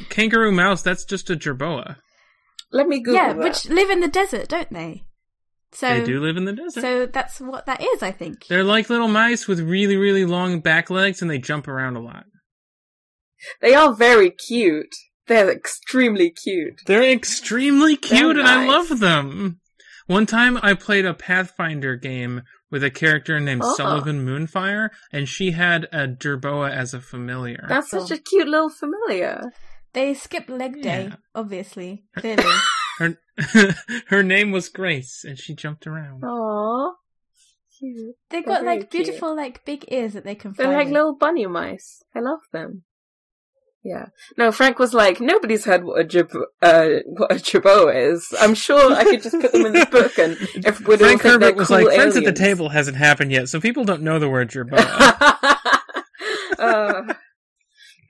Kangaroo mouse, that's just a gerboa. Let me Google yeah, that. which live in the desert, don't they? So they do live in the desert. so that's what that is, I think. They're like little mice with really, really long back legs and they jump around a lot. They are very cute. They're extremely cute. They're extremely cute and I nice. love them. One time I played a Pathfinder game with a character named Oh. Sullivan Moonfire and she had a gerboa as a familiar. That's such a cute little familiar. They skip leg day, Yeah. obviously. <laughs> Clearly. her <laughs> her name was Grace and she jumped around. Oh, Aww. Cute. They've They're got like very cute. beautiful, like big ears that they can. They're fly like with. little bunny mice. I love them. Yeah. No, Frank was like, nobody's heard what a jib- uh, what a jabot is. I'm sure I could just put them <laughs> in this book and everybody Frank would think they're Herbert was cool like, aliens. Friends at the Table hasn't happened yet, so people don't know the word <laughs> gerboa. Uh,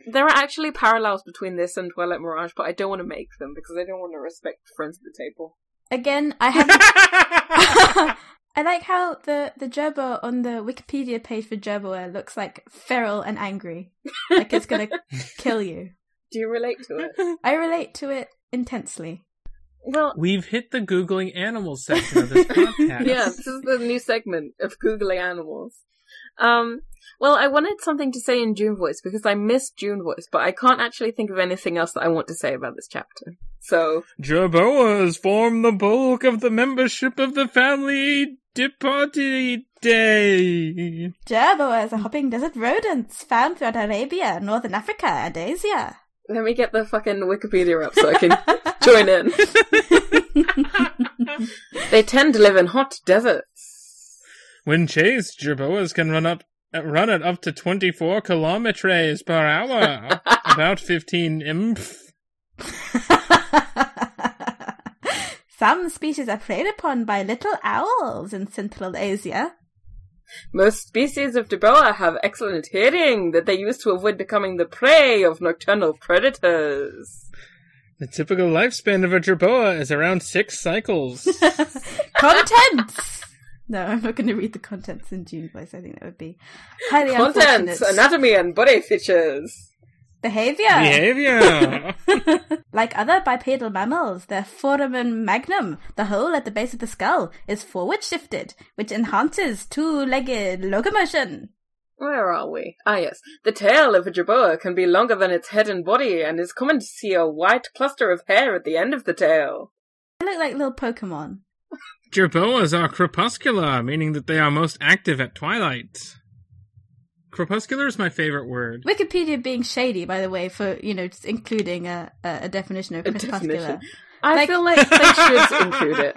there are actually parallels between this and Twilight Mirage, but I don't want to make them because I don't want to respect Friends at the Table. Again, I <laughs> have. I like how the the gerbil on the Wikipedia page for gerbil looks like feral and angry, like <laughs> it's gonna kill you. Do you relate <laughs> to it? I relate to it intensely. Well, We've hit the Googling animals section of this podcast. yeah, this is the new segment of googling animals. Um, well, I wanted something to say in June voice because I miss June voice, but I can't actually think of anything else that I want to say about this chapter. So Gerboas form the bulk of the membership of the family Departed Day. Gerboas are hopping desert rodents found throughout Arabia, Northern Africa, and Asia. Let me get the fucking Wikipedia up so I can join in. they tend to live in hot deserts. When chased, jerboas can run up run at up to 24 kilometers per hour, about 15 imph. <laughs> Some species are preyed upon by little owls in Central Asia. Most species of Deboa have excellent hearing that they use to avoid becoming the prey of nocturnal predators. The typical lifespan of a jerboa is around six cycles. Contents! no, I'm not going to read the contents in June voice. I think that would be highly Contents, unfortunate. anatomy, and body features. Behavior. Behavior. Like other bipedal mammals, their foramen magnum, the hole at the base of the skull, is forward shifted, which enhances two-legged locomotion. Where are we? Ah, yes. The tail of a jerboa can be longer than its head and body, and is common to see a white cluster of hair at the end of the tail. They look like little Pokemon. jerboas are crepuscular, meaning that they are most active at twilight. Crepuscular is my favorite word. Wikipedia being shady, by the way, for you know just including a a, a definition of A crepuscular. definition. I Like- feel like they should include it.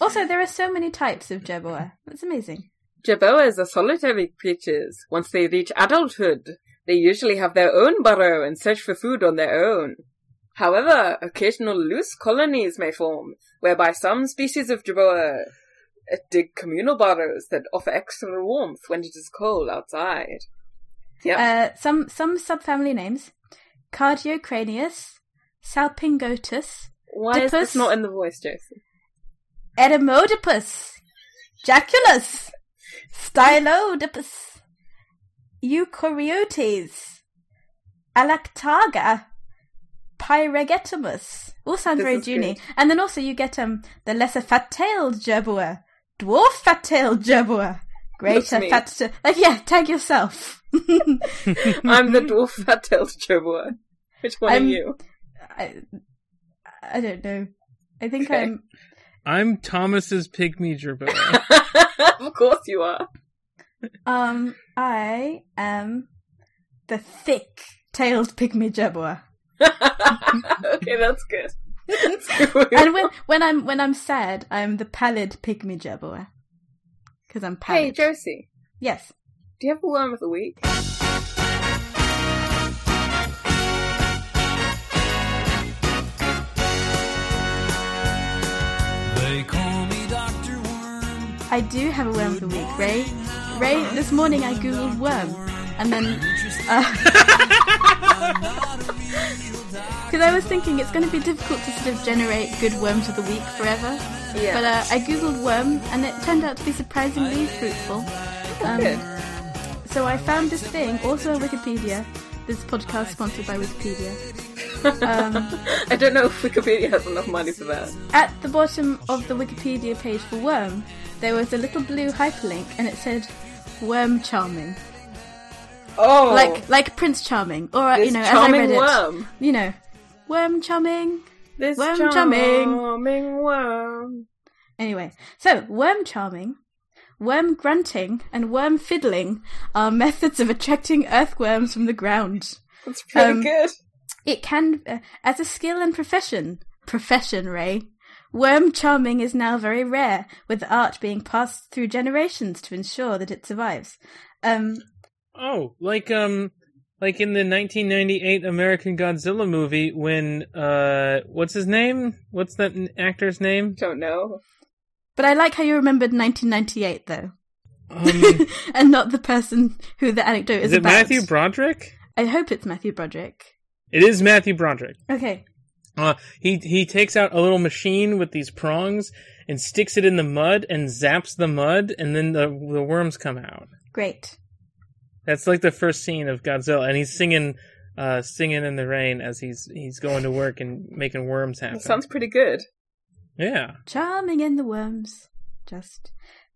Also, there are so many types of jerboa. That's amazing. Jerboas are solitary creatures. Once they reach adulthood, they usually have their own burrow and search for food on their own. However, occasional loose colonies may form, whereby some species of jerboa uh, dig communal burrows that offer extra warmth when it is cold outside. Yeah, Uh, some some subfamily names: Cardiocranius, Salpingotus, why is Dipus- this not in the voice, Jason? Edamodipus, Jaculus, Stylodipus, Eukaryotes, Alactaga, Pyregetamus. All sound This very is Junie. good. And then also you get um the lesser fat-tailed jerboa, dwarf fat-tailed jerboa, greater me. fat. Like yeah, tag yourself. <laughs> I'm the dwarf fat-tailed jerboa. Which one Mm-hmm. are I'm- you? <laughs> I, I don't know. I think Okay. I'm. I'm Thomas's pygmy <laughs> jerboa. of course you are. <laughs> Um, I am the thick-tailed pygmy jerboa. okay, that's good. <laughs> That's good. <laughs> and when when I'm when I'm sad, I'm the pallid pygmy jerboa. Because I'm pallid. Hey, Josie, Yes. do you have a worm of the week? They call me Dr. Worm. I do have a worm of the week, Ray. Ray, Uh-huh. this morning I googled worm, and then uh, <laughs> because I was thinking it's going to be difficult to sort of generate good worms of the week forever. Yeah. But uh, I googled worm, and it turned out to be surprisingly fruitful. Um, Oh, Good. So I found this thing, also on Wikipedia. This podcast sponsored by <laughs> Wikipedia. Um, <laughs> I don't know if Wikipedia has enough money for that. At the bottom of the Wikipedia page for Worm, there was a little blue hyperlink and it said Worm Charming. Oh, Like like Prince Charming. Or this you know, charming as I read worm. it. You know. Worm Charming. This Worm charming, charming. worm. Anyway, so Worm Charming, Worm Grunting, and Worm Fiddling are methods of attracting earthworms from the ground. That's pretty Um, good. It can, uh, as a skill and profession, profession, Ray. Worm charming is now very rare, with the art being passed through generations to ensure that it survives. Um, Oh, like um, like in the 1998 American Godzilla movie when uh, what's his name? What's that n- actor's name? Don't know. but I like how you remembered 1998, though, Um, <laughs> and not the person who the anecdote is is, it about. Matthew Broderick? I hope it's Matthew Broderick. It is Matthew Broderick. Okay. Uh, he he takes out a little machine with these prongs and sticks it in the mud and zaps the mud, and then the the worms come out. Great. That's like the first scene of Godzilla, and he's singing. Uh, singing in the rain as he's he's going to work and making worms happen. That sounds pretty good. yeah, Charming in the worms. Just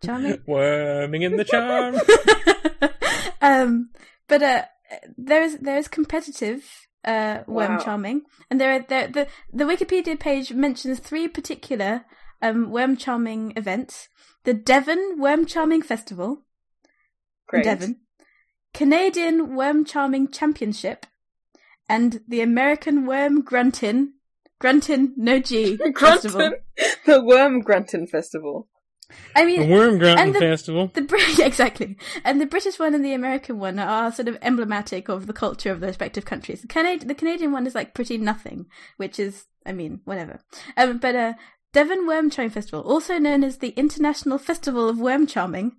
charming. worming in the <laughs> charm. um, but uh, there is there is competitive uh, worm Wow. charming, and there are there the the Wikipedia page mentions three particular um, worm charming events, the Devon Worm Charming Festival in Great. <laughs> Devon, Canadian Worm Charming Championship, and the American Worm Gruntin Gruntin No <laughs> G Festival. Grunton. The Worm Grunton Festival. I The mean, Worm Grunting and the- Festival. The Brit- <laughs> yeah, exactly, and the British one and the American one are sort of emblematic of the culture of the respective countries. The, Canad- the Canadian one is like pretty nothing, which is, I mean, whatever. Um, but uh, Devon Worm Charming Festival, also known as the International Festival of Worm Charming,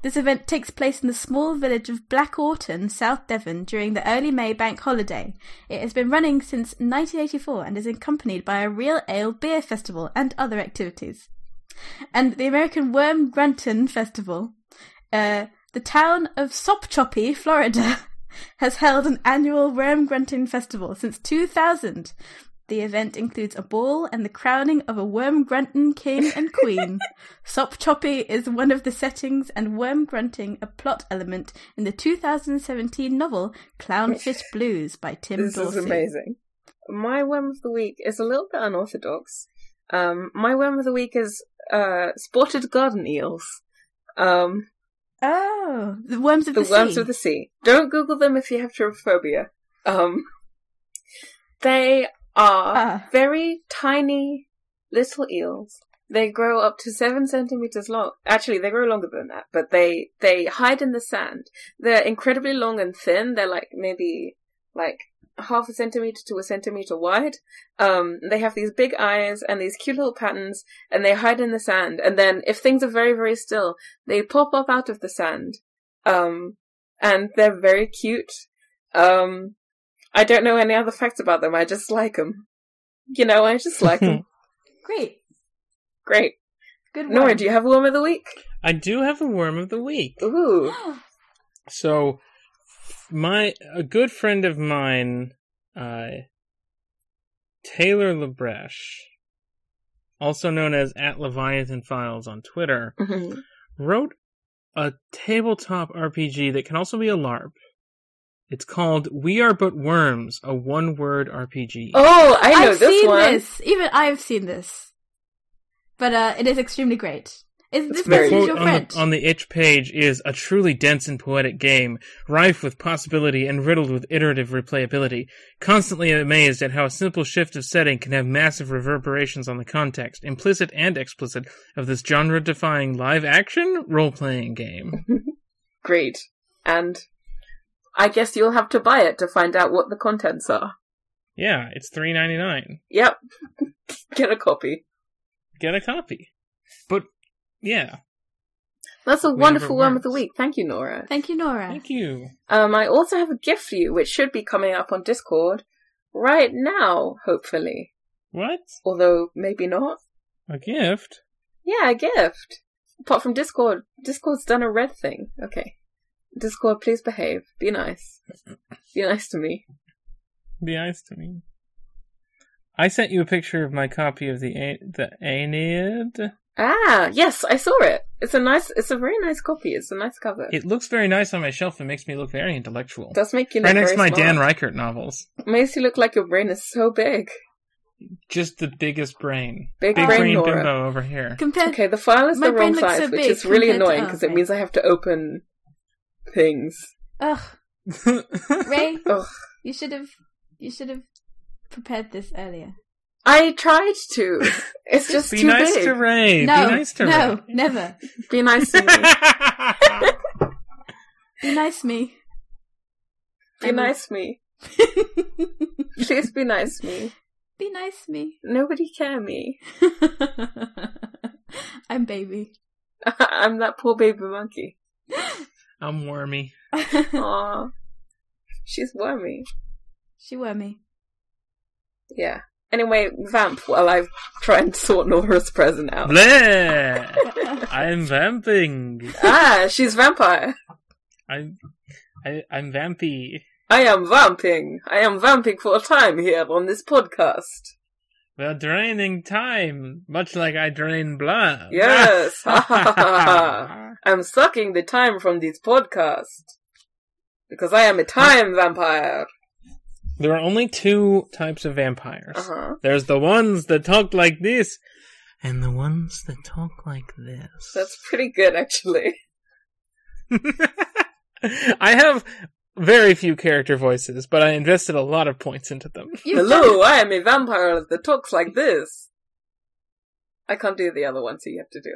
this event takes place in the small village of Black Orton, South Devon, during the early May bank holiday. It has been running since 1984 and is accompanied by a real ale beer festival and other activities. And the American Worm Grunton Festival, uh, the town of Sopchoppy, Florida, <laughs> has held an annual worm grunting festival since 2000. The event includes a ball and the crowning of a worm grunting king <laughs> and queen. Sopchoppy is one of the settings, and worm grunting a plot element in the 2017 novel <laughs> Clownfish Blues by Tim This is Dorsey. amazing. My worm of the week is a little bit unorthodox. Um, my worm of the week is uh, spotted garden eels. Um, Oh, the worms of the, the, worms sea. of the sea. Don't Google them if you have trypophobia. Um, they are Ah. very tiny little eels. They grow up to seven centimeters long. Actually, they grow longer than that, but they they hide in the sand. They're incredibly long and thin. They're like maybe like half a centimeter to a centimeter wide. Um, they have these big eyes and these cute little patterns, and they hide in the sand. And then, if things are very very still, they pop up out of the sand um, and they're very cute. Um, I don't know any other facts about them. I just like them. You know, I just like <laughs> them. Great. Great. Good worm. Nora, do <gasps> <gasps> you have a worm of the week? I do have a worm of the week. Ooh, So, my a good friend of mine, uh, Taylor Labresh, also known as at Leviathan Files on Twitter, Mhm. wrote a tabletop RPG that can also be a LARP. It's called We Are But Worms, a one-word RPG. <laughs> oh, I know have this seen one. this. Even I've seen this. But uh, it is extremely great. Is this very person is quote your on the, friend? on the itch page is a truly dense and poetic game, rife with possibility and riddled with iterative replayability. Constantly amazed at how a simple shift of setting can have massive reverberations on the context, implicit and explicit, of this genre defying live action role playing game. Mm-hmm. Great. And I guess you'll have to buy it to find out what the contents are. Yeah, it's three ninety nine. Yep. <laughs> Get a copy. Get a copy. But yeah. That's a Whenever wonderful it worm of the works. week. Thank you, Nora. Thank you, Nora. Thank you. Um, I also have a gift for you, which should be coming up on Discord right now, hopefully. What? Although maybe not. A gift? Yeah, a gift. Apart from Discord, Discord's done a red thing. Okay. Discord, please behave. Be nice. Be nice to me. Be nice to me. I sent you a picture of my copy of the A- the Aeneid. Ah, yes, I saw it. It's a nice, it's a very nice copy. It's a nice cover. It looks very nice on my shelf and makes me look very intellectual. does make you look right next to my very Dan smart. Reichert novels. Makes you look like your brain is so big. Just the biggest brain. Big Big brain brain Nora. bimbo over here. Compared, Okay, the file is My the wrong brain looks size, so which big is really compared to- annoying oh, because it right. means I have to open things. ugh, <laughs> Ray, <laughs> Ugh. you should have, you should have prepared this earlier. I tried to. <laughs> It's just Be too nice big. to Ray. no, Be nice to no, Ray. never. Be nice to me. Be nice, me. <laughs> Be nice to me. Please be nice to me. <laughs> Be nice, me. <laughs> Nobody care me. <laughs> I'm baby. I'm that poor baby monkey. <laughs> I'm wormy. Aww. She's wormy. she were me. Yeah. Anyway, vamp while I try and sort Nora's <laughs> present out. Bleh. <laughs> I'm vamping. ah, she's vampire. I'm I, I'm vampy. I am vamping. I am vamping for a time here on this podcast. We're draining time, much like I drain blood. <laughs> Yes. <laughs> Ha, ha, ha, ha, I'm sucking the time from this podcast. Because I am a time vampire. There are only two types of vampires. Uh huh. There's the ones that talk like this, and the ones that talk like this. That's pretty good, actually. <laughs> I have very few character voices, but I invested a lot of points into them. Hello, I am a vampire that talks like this. I can't do the other one, so you have to do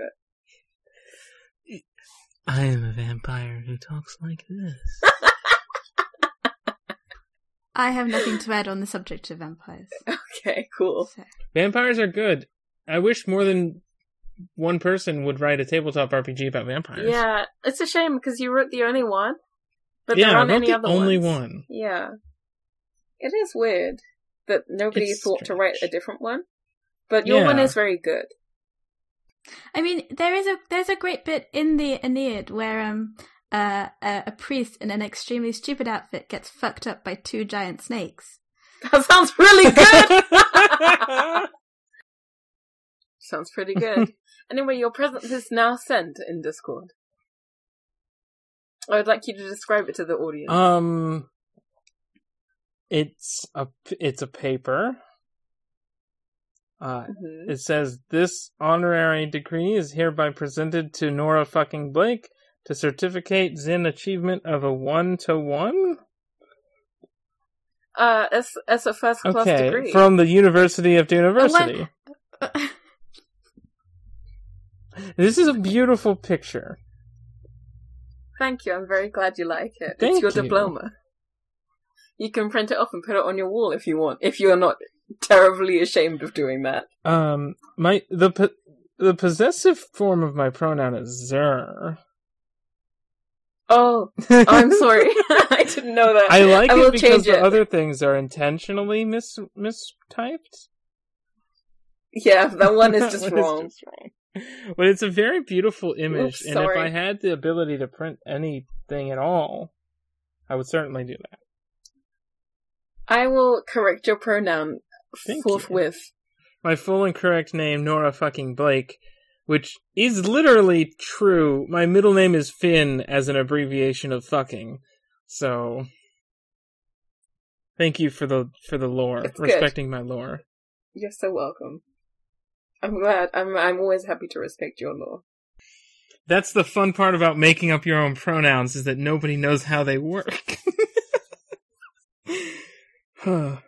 it. <laughs> I am a vampire who talks like <laughs> this. I have nothing to add on the subject of vampires. Okay, cool. So. Vampires are good. I wish more than one person would write a tabletop RPG about vampires. Yeah, it's a shame because you wrote the only one, but yeah, there aren't not any the other only ones. one. Yeah, it is weird that nobody It's thought to write a strange. different one, but your one Yeah. is very good. I mean, there is a there's a great bit in the Aeneid where um uh, a, a priest in an extremely stupid outfit gets fucked up by two giant snakes. <laughs> That sounds really <laughs> good. sounds pretty good. anyway, your present is now sent in Discord. I would like you to describe it to the audience. Um, it's a it's a paper. Uh, Mhm. it says this honorary degree is hereby presented to Nora fucking Blake to certificate Zen achievement of a one to one. Uh, as as a first class Okay, degree. from the University of <laughs> University. This is a beautiful picture. Thank you. I'm very glad you like it. it's Thank your you. diploma. You can print it off and put it on your wall if you want. If you are not terribly ashamed of doing that. Um, my the po- the possessive form of my pronoun is zer. <laughs> Oh, I'm <laughs> sorry. <laughs> I didn't know that. I like I will it because change the it. other things are intentionally mis mistyped. yeah, that one is just <laughs> That wrong. just wrong. But it's a very beautiful image, Oops, and if sorry. I had the ability to print anything at all, I would certainly do that. I will correct your pronoun Thank you. forthwith. My full and correct name, Nora fucking Blake, which is literally true. My middle name is Finn as an abbreviation of fucking. So, thank you for the for the lore, It's good. respecting my lore. You're so welcome. I'm glad. I'm I'm always happy to respect your law. That's the fun part about making up your own pronouns is that nobody knows how they work. <laughs> Huh.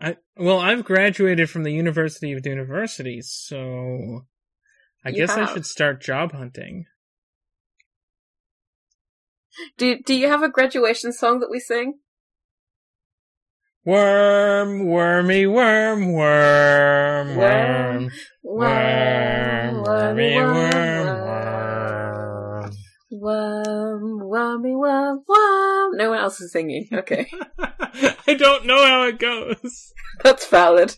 I well, I've graduated from the University of University, so I You guess I have. should start job hunting. Do Do you have a graduation song that we sing? Worm, wormy, worm, worm, Worm, worm, worm, Worm, wormy, wormy, worm, worm, <laughs> worm. worm, worm, wormy, worm, worm. No one else is singing. <laughs> Okay, I don't know how it goes. that's valid.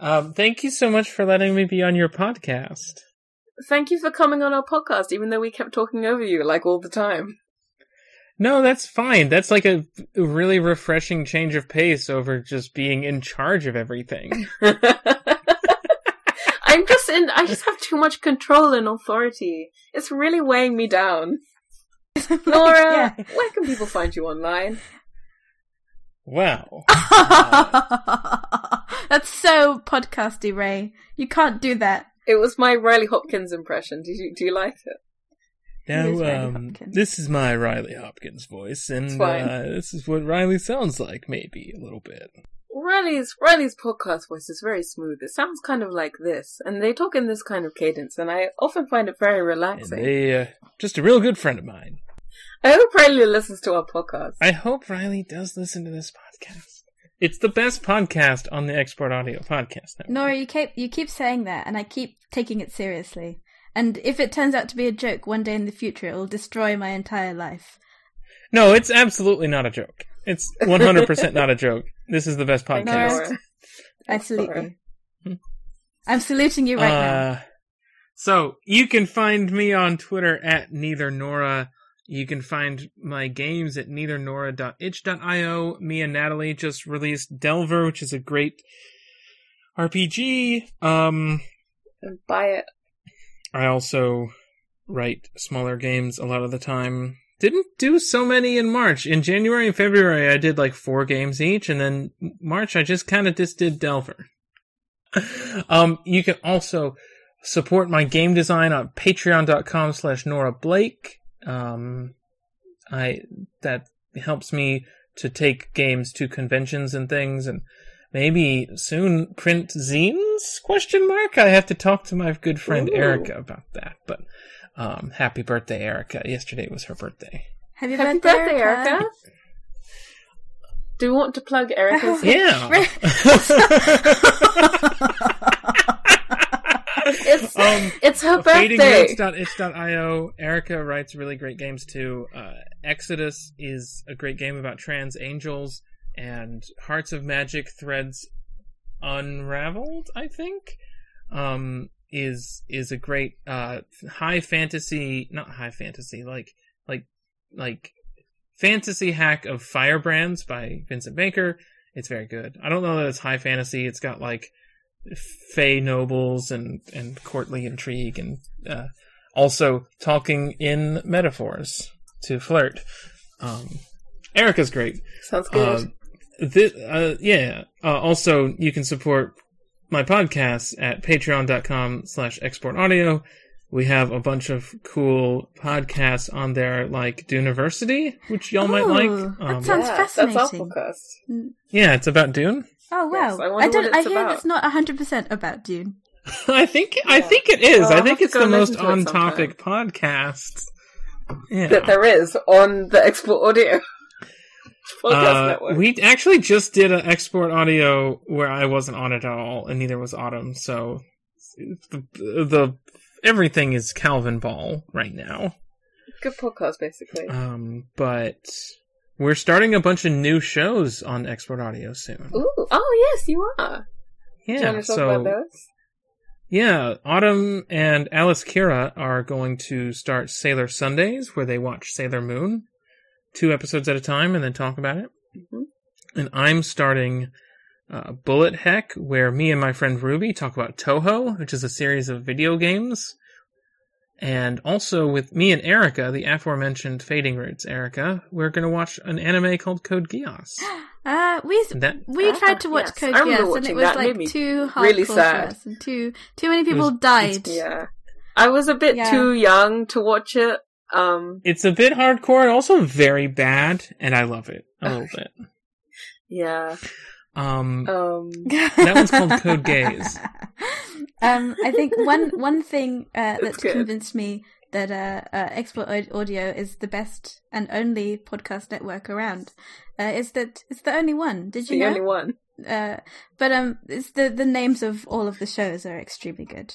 Um, thank you so much for letting me be on your podcast. Thank you for coming on our podcast, even though we kept talking over you like all the time. No, that's fine. That's like a really refreshing change of pace over just being in charge of <laughs> everything. <laughs> I'm just in. I just have too much control and authority. It's really weighing me down. <laughs> Laura, <laughs> where can people find you online? wow. <laughs> That's so podcasty, Ray. You can't do that. It was my Riley Hopkins impression. Do you do you like it? It is Riley Now, um, Hopkins. this is my Riley Hopkins voice, It's and fine. uh, this is what Riley sounds like, maybe a little bit. Riley's Riley's podcast voice is very smooth. It sounds kind of like this, and they talk in this kind of cadence, and I often find it very And relaxing. they, uh, just a real good friend of mine. I hope Riley listens to our podcast. I hope Riley does listen to this podcast. It's the best podcast on the Export Audio Podcast Network. Nora, you keep you keep saying that, and I keep taking it seriously. And if it turns out to be a joke, one day in the future, it will destroy my entire life. No, it's absolutely not a joke. It's 100% not a joke. This is the best Thank you, podcast. Nora. I salute Laura. you. I'm saluting you right now. Uh, So you can find me on Twitter at neither Nora. You can find my games at neithernora.itch.io. Me and Natalie just released Delver, which is a great RPG. Um, And buy it. I also write smaller games a lot of the time. Didn't do so many in March. In January and February, I did like four games each, and then March, I just kind of just did Delver. <laughs> um, you can also support my game design on patreon.com slash Nora Blake. Um, I, that helps me to take games to conventions and things and maybe soon print zines question mark i have to talk to my good friend Ooh. erica about that but um happy birthday erica yesterday was her birthday Happy, Happy birthday, Erica. Do you want to plug Erica's? <laughs> <laughs> yeah <laughs> it's um it's her birthday. fadingnotes.itch.io erica writes really great games too uh exodus is a great game about trans angels and hearts of magic threads unraveled i think um is is a great uh high fantasy not high fantasy like like like fantasy hack of firebrands by vincent baker it's very good i don't know that it's high fantasy it's got like fey nobles and and courtly intrigue and uh, also talking in metaphors to flirt um erica's great Sounds good. uh, thi- uh, yeah. Uh, also, you can support my podcast at patreon.com slash export audio. We have a bunch of cool podcasts on there, like Duneversity, which y'all might Ooh, like. Oh, that Um, sounds Yeah, That's fascinating. awfulcast. yeah, it's about Dune. Oh wow! Yes, I I, wonder don't. what I it's hear about. it's not hundred percent about Dune. I think I Yeah. think it is. Well, I I'll have think to it's go the listen most to it on topic podcast. Yeah. that there is on the Export Audio <laughs> podcast Uh, network. We actually just did an export audio where I wasn't on it at all, and neither was Autumn. So the, the everything is Calvin Ball right now. Good podcast, basically. Um, but we're starting a bunch of new shows on export audio soon. Ooh, oh yes, you are. Do you yeah, want to talk so about those? yeah, Autumn and Alice Kira are going to start Sailor Sundays, where they watch Sailor Moon, two episodes at a time, and then talk about it. Mhm. and I'm starting uh, Bullet Heck, where me and my friend Ruby talk about Toho, which is a series of video games. And also with me and Erica, the aforementioned Fading Roots Erica, we're going to watch an anime called Code Geass. Uh, we s- And that we Ah, tried to watch yes. Code I remember Geass, and watching it was that. It made like me too hardcore really sad. for us, and too too many was- people died. <laughs> Yeah, I was a bit Yeah. too young to watch it. Um, it's a bit hardcore and also very bad, and I love it a little bit. yeah. Um, <laughs> Um, That one's called Code Geass. <laughs> Um, I think one one thing uh, that's good. convinced me that uh, uh, Export Au- Audio is the best and only podcast network around uh, is that it's the only one. Did you the know? only one. Uh, but um, it's the the names of all of the shows are extremely good.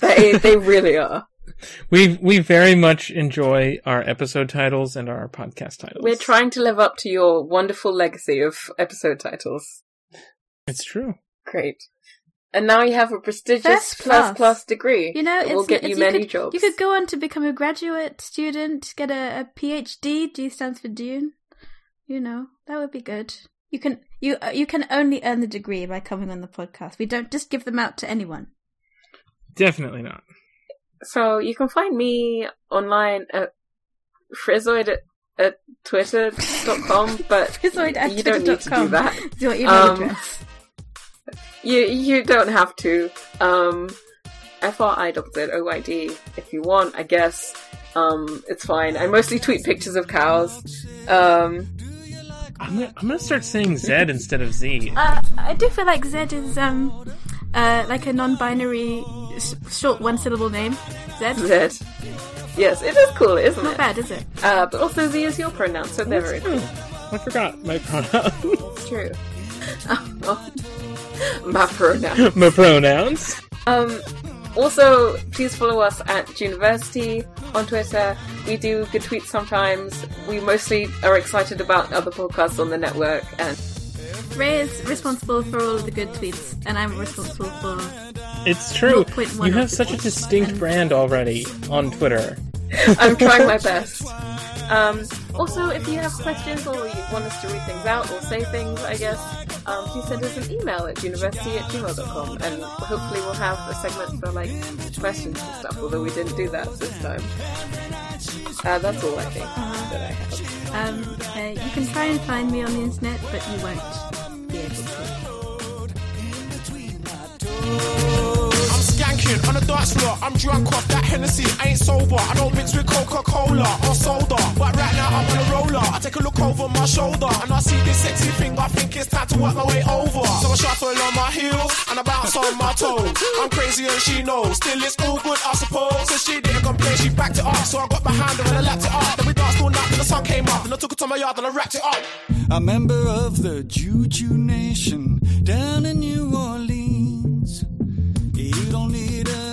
They they really <laughs> are. we we very much enjoy our episode titles and our podcast titles. We're trying to live up to your wonderful legacy of episode titles. It's true. Great. And now you have a prestigious First first class. class degree. You know, that it's, will get it's, you many could, jobs. You could go on to become a graduate student, get a, a PhD. D stands for Dune. You know, that would be good. You can you uh, you can only earn the degree by coming on the podcast. We don't just give them out to anyone. Definitely not. So you can find me online at frizoid at, at twitter.com, but <laughs> Frizoid at you don't need to do twitter.com. that. It's your email Um, address. You you don't have to. Um F R I Z Z O Y D if you want, I guess. Um it's fine. I mostly tweet pictures of cows. Um <laughs> I'm gonna, I'm gonna start saying Z instead of Z. Uh, I do feel like Zed is um uh like a non-binary s- short one-syllable name. Zed. Z. Yes, it is cool, isn't Not it? bad, is it? Uh, but also Z is your pronoun, so they're very cool. I forgot my pronouns. It's true. <laughs> Oh, My pronoun. <laughs> my pronouns. Um, also, please follow us at University on Twitter. We do good tweets sometimes. We mostly are excited about other podcasts on the network, and Ray is responsible for all of the good tweets, and I'm responsible for It's true. 0.1 You of have the such a point. distinct brand already on Twitter. I'm trying my best. Um, also, if you have questions or you want us to read things out or say things, I guess, um, please send us an email at university at gmail.com, and hopefully we'll have a segment for like questions and stuff. Although we didn't do that this time. Uh, that's all I think that I have. Um, uh, you can try and find me on the internet, but you won't be able to. in between my living on a dance floor. I'm drunk off that Hennessy, I ain't sober. I don't mix with Coca Cola or soda. But right now I'm on a roller. I take a look over my shoulder and I see this sexy thing. I think it's time to work my way over. So I shuffle on my heels and I bounce on my toes. I'm crazy and she knows. Still, it's all good, I suppose. Cause she didn't complain, she backed it up. So I got behind her and I lapped it up. Then we danced all night till the sun came up. Then I took it to my yard and I wrapped it up. a member of the Juju Nation down in New Orleans. You don't need a